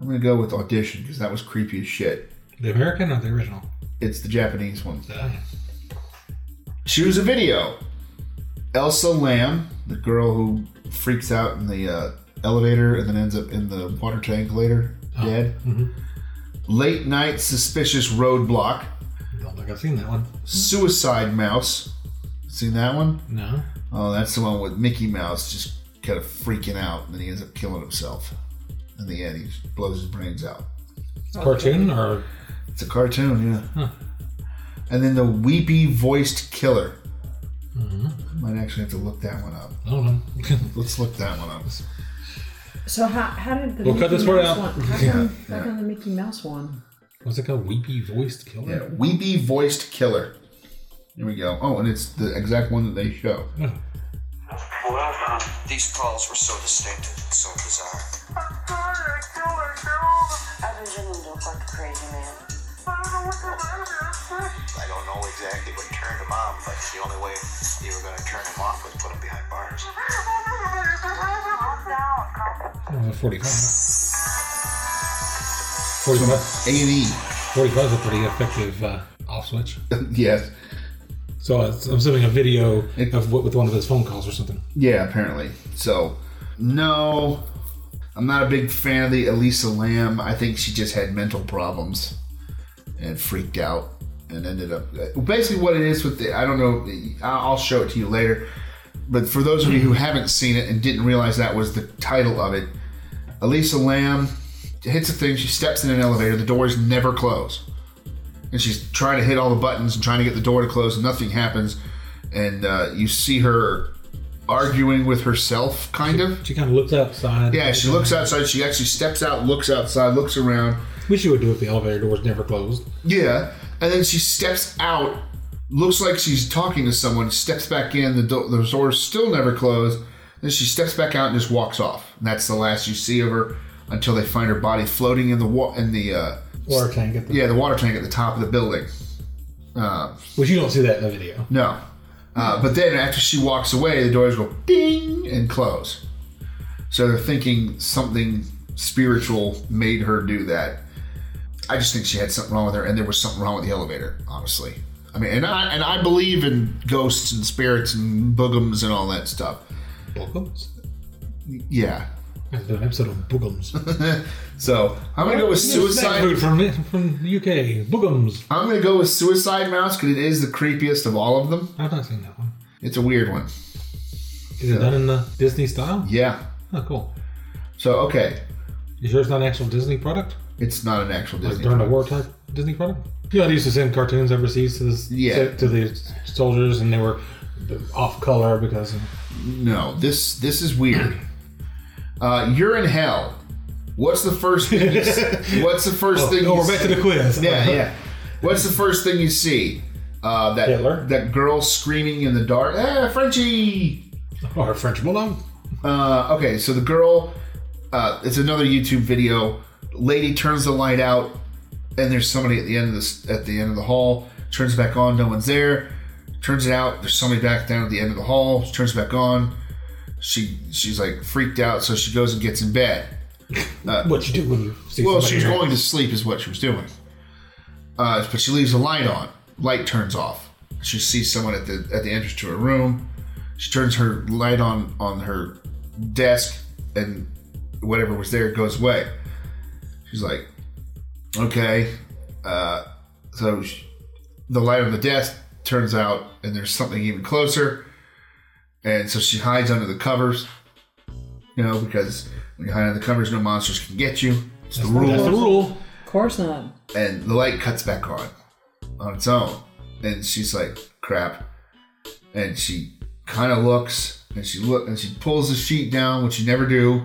[SPEAKER 1] I'm going to go with Audition because that was creepy as shit.
[SPEAKER 3] The American or the original?
[SPEAKER 1] It's the Japanese one.
[SPEAKER 3] Uh,
[SPEAKER 1] Choose a video. Elsa Lamb, the girl who freaks out in the uh, elevator and then ends up in the water tank later, dead.
[SPEAKER 3] mm-hmm.
[SPEAKER 1] Late night suspicious roadblock.
[SPEAKER 3] don't think I've seen that one.
[SPEAKER 1] Suicide Mouse. Seen that one?
[SPEAKER 3] No.
[SPEAKER 1] Oh, that's the one with Mickey Mouse just kind of freaking out and then he ends up killing himself. In the end, he just blows his brains out.
[SPEAKER 3] Cartoon or
[SPEAKER 1] It's a cartoon, yeah. And then the weepy voiced killer. I might actually have to look that one up.
[SPEAKER 3] I don't know.
[SPEAKER 1] Let's look that one up.
[SPEAKER 4] So how, how did the
[SPEAKER 3] We'll
[SPEAKER 4] Mickey
[SPEAKER 3] cut this part
[SPEAKER 4] Mouse
[SPEAKER 3] out.
[SPEAKER 4] one? How come,
[SPEAKER 1] Yeah,
[SPEAKER 4] how
[SPEAKER 1] yeah.
[SPEAKER 4] come the Mickey Mouse one?
[SPEAKER 3] was it called Weepy Voiced Killer?
[SPEAKER 1] Yeah, weepy voiced killer. Here we go. Oh, and it's the exact one that they show.
[SPEAKER 5] These calls were so distinct and so bizarre.
[SPEAKER 6] I'm tired. I killed. I killed.
[SPEAKER 7] I've been drinking dope like a crazy man.
[SPEAKER 6] I don't know what the matter is.
[SPEAKER 5] I don't know exactly what turned him on, but the only way you were going to turn him off was put him behind bars.
[SPEAKER 6] I'm down.
[SPEAKER 3] Oh, 45. 45.
[SPEAKER 1] A and E.
[SPEAKER 3] 45 is a pretty effective uh, off switch.
[SPEAKER 1] Yes.
[SPEAKER 3] So it's, I'm assuming a video
[SPEAKER 1] It-
[SPEAKER 3] of what with one of his phone calls or something.
[SPEAKER 1] Yeah, apparently. So, no, I'm not a big fan of the Elisa Lamb. I think she just had mental problems and freaked out and ended up. Basically, what it is with the. I don't know. I- I'll show it to you later. But for those of you who haven't seen it and didn't realize that was the title of it, Elisa Lamb hits a thing. She steps in an elevator. The doors never close. And she's trying to hit all the buttons and trying to get the door to close, and nothing happens. And uh, you see her arguing with herself, kind of.
[SPEAKER 3] She kind of looks outside.
[SPEAKER 1] Yeah, she looks outside. She actually steps out, looks outside, looks around.
[SPEAKER 3] Which you would do if the elevator doors never closed.
[SPEAKER 1] Yeah, and then she steps out, looks like she's talking to someone. Steps back in. The, do- the door's still never closed. Then she steps back out and just walks off. And that's the last you see of her until they find her body floating in the wa- in the uh,
[SPEAKER 3] Water tank at the.
[SPEAKER 1] yeah the water tank at the top of the building. Uh,
[SPEAKER 3] Which you don't see that in the video.
[SPEAKER 1] no. Uh, but then after she walks away, the doors go ding and close. So they're thinking something spiritual made her do that. I just think she had something wrong with her, and there was something wrong with the elevator, honestly. I mean, and I and I believe in ghosts and spirits and boogums and all that stuff.
[SPEAKER 3] Boogums?
[SPEAKER 1] Yeah.
[SPEAKER 3] I have to do an episode of Boogums.
[SPEAKER 1] So I'm gonna go with
[SPEAKER 3] Snack
[SPEAKER 1] suicide.
[SPEAKER 3] Food from, from the UK. Boogums.
[SPEAKER 1] I'm gonna go with suicide mouse because it is the creepiest of all of them.
[SPEAKER 3] I've not seen that one.
[SPEAKER 1] It's a weird one.
[SPEAKER 3] Is it done in the Disney style?
[SPEAKER 1] Yeah.
[SPEAKER 3] Oh, cool.
[SPEAKER 1] So okay,
[SPEAKER 3] You sure it's not an actual Disney product?
[SPEAKER 1] it's not an actual
[SPEAKER 3] Like
[SPEAKER 1] Disney.
[SPEAKER 3] during the
[SPEAKER 1] product.
[SPEAKER 3] war type Disney product? Yeah, they used to send cartoons overseas to the,
[SPEAKER 1] Yeah.
[SPEAKER 3] to the soldiers and they were off color because.
[SPEAKER 1] No, this this is weird. Uh, You're in Hell What's the first thing you, s- What's the first
[SPEAKER 3] Oh,
[SPEAKER 1] thing
[SPEAKER 3] no,
[SPEAKER 1] you
[SPEAKER 3] we're back to the quiz.
[SPEAKER 1] Yeah, yeah. What's the first thing you see? Uh, that
[SPEAKER 3] Hitler.
[SPEAKER 1] that girl screaming in the dark. Ah, Frenchie.
[SPEAKER 3] Or French Bulldog.
[SPEAKER 1] Uh, okay, so the girl, uh, it's another YouTube video. Lady turns the light out, and there's somebody at the end of this at the end of the hall. Turns back on, no one's there. Turns it out, there's somebody back down at the end of the hall. Turns back on. She she's like freaked out, so she goes and gets in bed.
[SPEAKER 3] What you do when you see
[SPEAKER 1] Uh, Well,
[SPEAKER 3] somebody
[SPEAKER 1] she was
[SPEAKER 3] drunk.
[SPEAKER 1] going to sleep, is what she was doing. Uh, but she leaves the light on. Light turns off. She sees someone at the at the entrance to her room. She turns her light on on her desk, and whatever was there goes away. She's like, okay. Uh, so she, the light on the desk turns out, and there's something even closer. And so she hides under the covers, you know, because when you hide under the covers, no monsters can get you. It's the rule
[SPEAKER 3] That's the rule.
[SPEAKER 4] Of course not.
[SPEAKER 1] and the light cuts back on on its own and she's like crap and she kind of looks and she look and she pulls the sheet down which you never do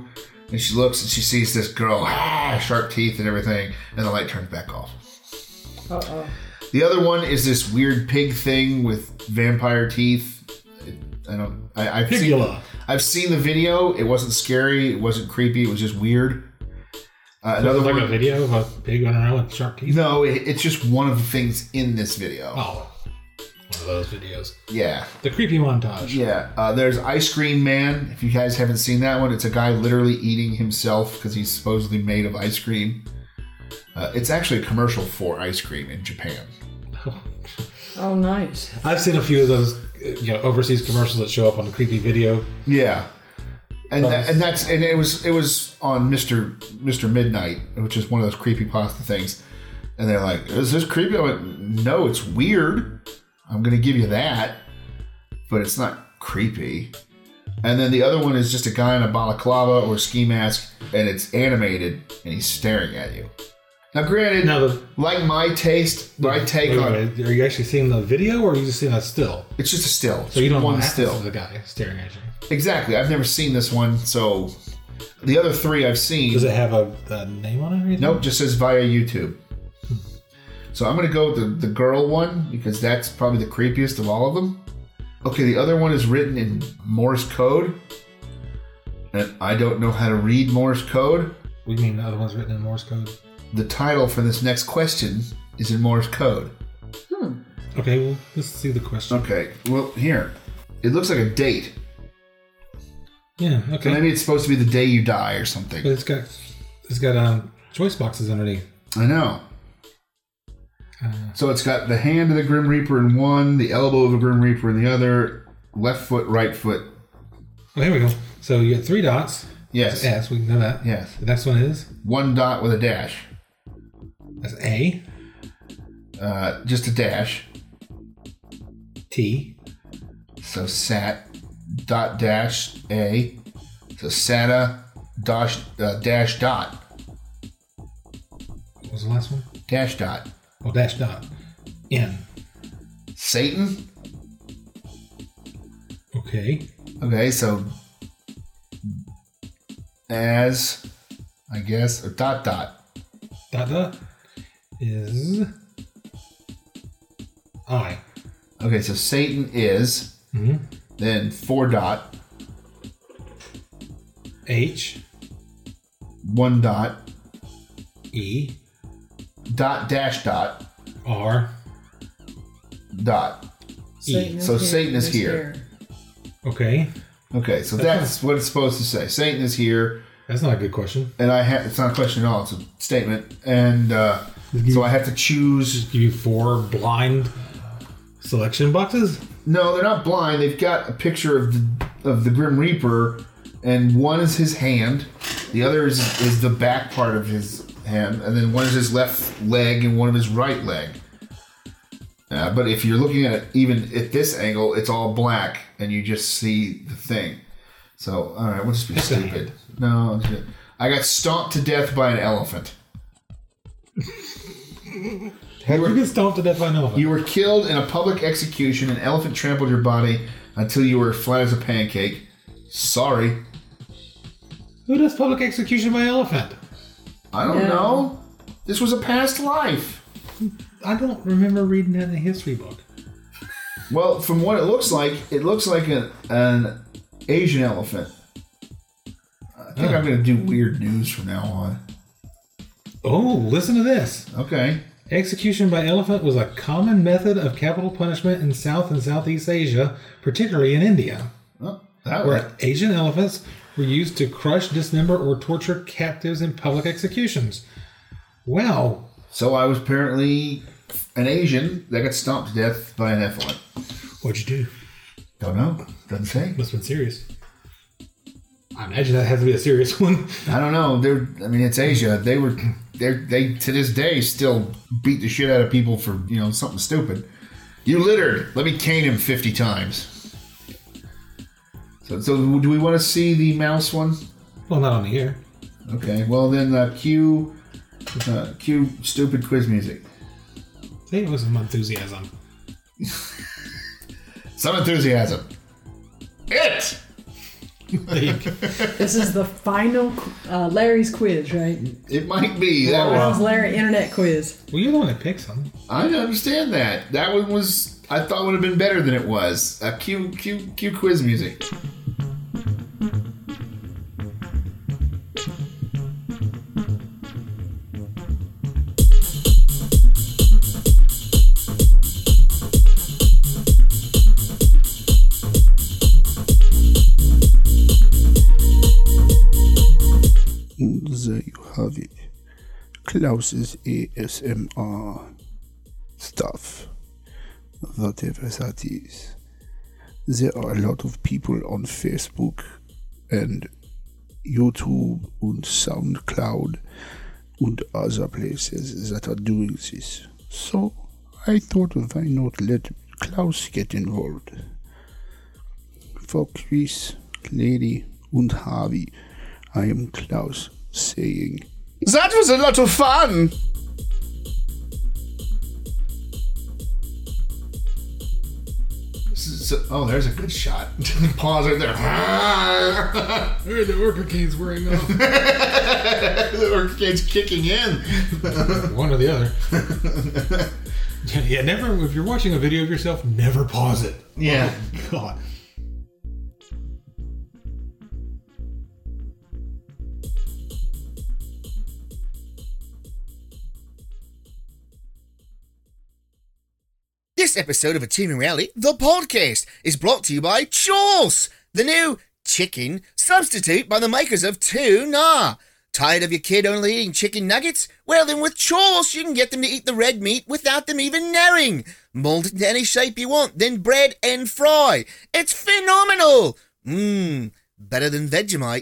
[SPEAKER 1] and she looks and she sees this girl ah, sharp teeth and everything and the light turns back off
[SPEAKER 4] Uh oh.
[SPEAKER 1] the other one is this weird pig thing with vampire teeth It- i don't I, i've
[SPEAKER 3] Pigula.
[SPEAKER 1] seen i've seen the video it wasn't scary it wasn't creepy it was just weird uh,
[SPEAKER 3] Another
[SPEAKER 1] another
[SPEAKER 3] like a
[SPEAKER 1] one
[SPEAKER 3] video of a pig running around with sharp teeth.
[SPEAKER 1] no it, it's just one of the things in this video
[SPEAKER 3] Oh, one of those videos.
[SPEAKER 1] Yeah,
[SPEAKER 3] The creepy montage.
[SPEAKER 1] yeah. Uh, there's Ice Cream Man. If you guys haven't seen that one, it's a guy literally eating himself because he's supposedly made of ice cream. Uh, it's actually a commercial for ice cream in Japan.
[SPEAKER 4] Oh, nice.
[SPEAKER 3] I've seen a few of those, uh, you know, overseas commercials that show up on the creepy video.
[SPEAKER 1] Yeah, and tha- and that's and it was it was on Mister Mister Midnight, which is one of those creepy pasta things. And they're like, "Is this creepy?" I went, "No, it's weird. I'm gonna give you that, but it's not creepy." And then the other one is just a guy in a balaclava or ski mask, and it's animated, and he's staring at you. Now, granted,
[SPEAKER 3] Now the
[SPEAKER 1] like my taste, my take
[SPEAKER 3] Wait,
[SPEAKER 1] on it,
[SPEAKER 3] wait, Are you actually seeing the video, or are you just seeing a still?
[SPEAKER 1] it's just a still.
[SPEAKER 3] So you don't
[SPEAKER 1] one
[SPEAKER 3] know
[SPEAKER 1] still.
[SPEAKER 3] the guy staring at you.
[SPEAKER 1] Exactly. I've never seen this one, so the other three I've seen.
[SPEAKER 3] Does it have a, a name on it? Or anything?
[SPEAKER 1] Nope, just says via YouTube. So I'm gonna go with the, the girl one because that's probably the creepiest of all of them. Okay, the other one is written in Morse code. And I don't know how to read Morse code.
[SPEAKER 3] We mean the other one's written in Morse code.
[SPEAKER 1] The title for this next question is in Morse code.
[SPEAKER 3] Okay, well, let's see the question.
[SPEAKER 1] Okay, well, here. It looks like a date.
[SPEAKER 3] Yeah.
[SPEAKER 1] So
[SPEAKER 3] Okay.
[SPEAKER 1] maybe it's supposed to be the day you die or
[SPEAKER 3] But
[SPEAKER 1] something.
[SPEAKER 3] it's got it's got um, choice boxes underneath.
[SPEAKER 1] I know. So it's got the hand of the Grim Reaper in one, the elbow of the Grim Reaper in the other, left foot, right foot.
[SPEAKER 3] Oh, here we go. So you get three dots.
[SPEAKER 1] Yes.
[SPEAKER 3] Yes, we know that.
[SPEAKER 1] Yes.
[SPEAKER 3] The next one is
[SPEAKER 1] one dot with a dash,
[SPEAKER 3] that's A
[SPEAKER 1] uh, just a dash.
[SPEAKER 3] T
[SPEAKER 1] So sat dot dash a. So sata dash uh, dash dot
[SPEAKER 3] what was the last one?
[SPEAKER 1] dash dot.
[SPEAKER 3] Oh, dash dot N.
[SPEAKER 1] Satan.
[SPEAKER 3] Okay.
[SPEAKER 1] Okay, so as I guess or dot dot.
[SPEAKER 3] Dot dot is I.
[SPEAKER 1] Okay, so Satan is
[SPEAKER 3] Mhm.
[SPEAKER 1] then four dot
[SPEAKER 3] H
[SPEAKER 1] one dot
[SPEAKER 3] E
[SPEAKER 1] dot dash dot
[SPEAKER 3] R.
[SPEAKER 1] dot.
[SPEAKER 3] E.
[SPEAKER 4] Satan
[SPEAKER 1] So Satan is
[SPEAKER 4] he's
[SPEAKER 1] here.
[SPEAKER 3] Okay.
[SPEAKER 1] Okay, so that's what it's supposed to say. Satan is here.
[SPEAKER 3] That's not a good question.
[SPEAKER 1] and I have it's not a question at all; it's a statement, and uh, so I have to choose.
[SPEAKER 3] Just give you four blind selection boxes.
[SPEAKER 1] No, they're not blind. They've got a picture of the, of the Grim Reaper, and one is his hand, the other is is the back part of his hand, and then one is his left leg and one of his right leg. Uh, but if you're looking at it even at this angle, it's all black, and you just see the thing. So, all right, we'll just be
[SPEAKER 3] a
[SPEAKER 1] stupid. No, it's good. I got stomped to death by an elephant. You were-
[SPEAKER 3] You get stomped to death by an elephant.
[SPEAKER 1] you were killed in a public execution. An elephant trampled your body until you were flat as a pancake. Sorry.
[SPEAKER 3] Who does public execution by elephant?
[SPEAKER 1] I don't
[SPEAKER 4] Yeah.
[SPEAKER 1] know. This was a past life.
[SPEAKER 3] I don't remember reading that in a history book.
[SPEAKER 1] Well, from what it looks like, it looks like an, an Asian elephant. I think I'm going to do weird news from now on.
[SPEAKER 3] Oh, listen to this.
[SPEAKER 1] Okay.
[SPEAKER 3] Execution by elephant was a common method of capital punishment in South and Southeast Asia, particularly in India,
[SPEAKER 1] Well, that
[SPEAKER 3] where
[SPEAKER 1] worked.
[SPEAKER 3] Asian elephants were used to crush, dismember, or torture captives in public executions. Wow.
[SPEAKER 1] So I was apparently an Asian that got stomped to death by an elephant.
[SPEAKER 3] What'd you do?
[SPEAKER 1] Don't know. Doesn't say.
[SPEAKER 3] Must have been serious. I imagine that had to be a serious one.
[SPEAKER 1] I don't know. They're. I mean, it's Asia. They were. They are they to this day still beat the shit out of people for you know something stupid. You littered. Let me cane him fifty times. So, so do we want to see the mouse one?
[SPEAKER 3] Well, not on the air.
[SPEAKER 1] Okay. Well then, uh, cue, uh, cue stupid quiz music.
[SPEAKER 3] See, it was some enthusiasm.
[SPEAKER 1] Some enthusiasm. It.
[SPEAKER 4] This is the final uh, Larry's quiz, right?
[SPEAKER 1] It might be that
[SPEAKER 4] Brown's
[SPEAKER 1] one.
[SPEAKER 4] Larry Internet quiz.
[SPEAKER 3] Well, you're the one that picks them.
[SPEAKER 1] I understand that. That one was. I thought would have been better than it was. Uh, cue, cue, cue quiz music.
[SPEAKER 2] And there you have it. Klaus's ASMR stuff. Whatever that is. There are a lot of people on Facebook and YouTube and SoundCloud and other places that are doing this. So I thought why not let Klaus get involved. For Chris, Lady and Harvey, I am Klaus saying
[SPEAKER 8] That was a lot of fun!
[SPEAKER 1] So, oh, there's a good shot. Pause right there.
[SPEAKER 3] The Orca King's wearing off.
[SPEAKER 1] the orcade's kicking in.
[SPEAKER 3] One or the other. yeah, yeah, never. If you're watching a video of yourself, never pause it. Oh,
[SPEAKER 1] Yeah.
[SPEAKER 3] God.
[SPEAKER 8] This episode of Achievement Reality, the podcast, is brought to you by Chorse, the new chicken substitute by the makers of Two Nah. Tired of your kid only eating chicken nuggets? Well, then with Chorse, you can get them to eat the red meat without them even knowing. Mold it into any shape you want, then bread and fry. It's phenomenal! Mmm, better than Vegemite.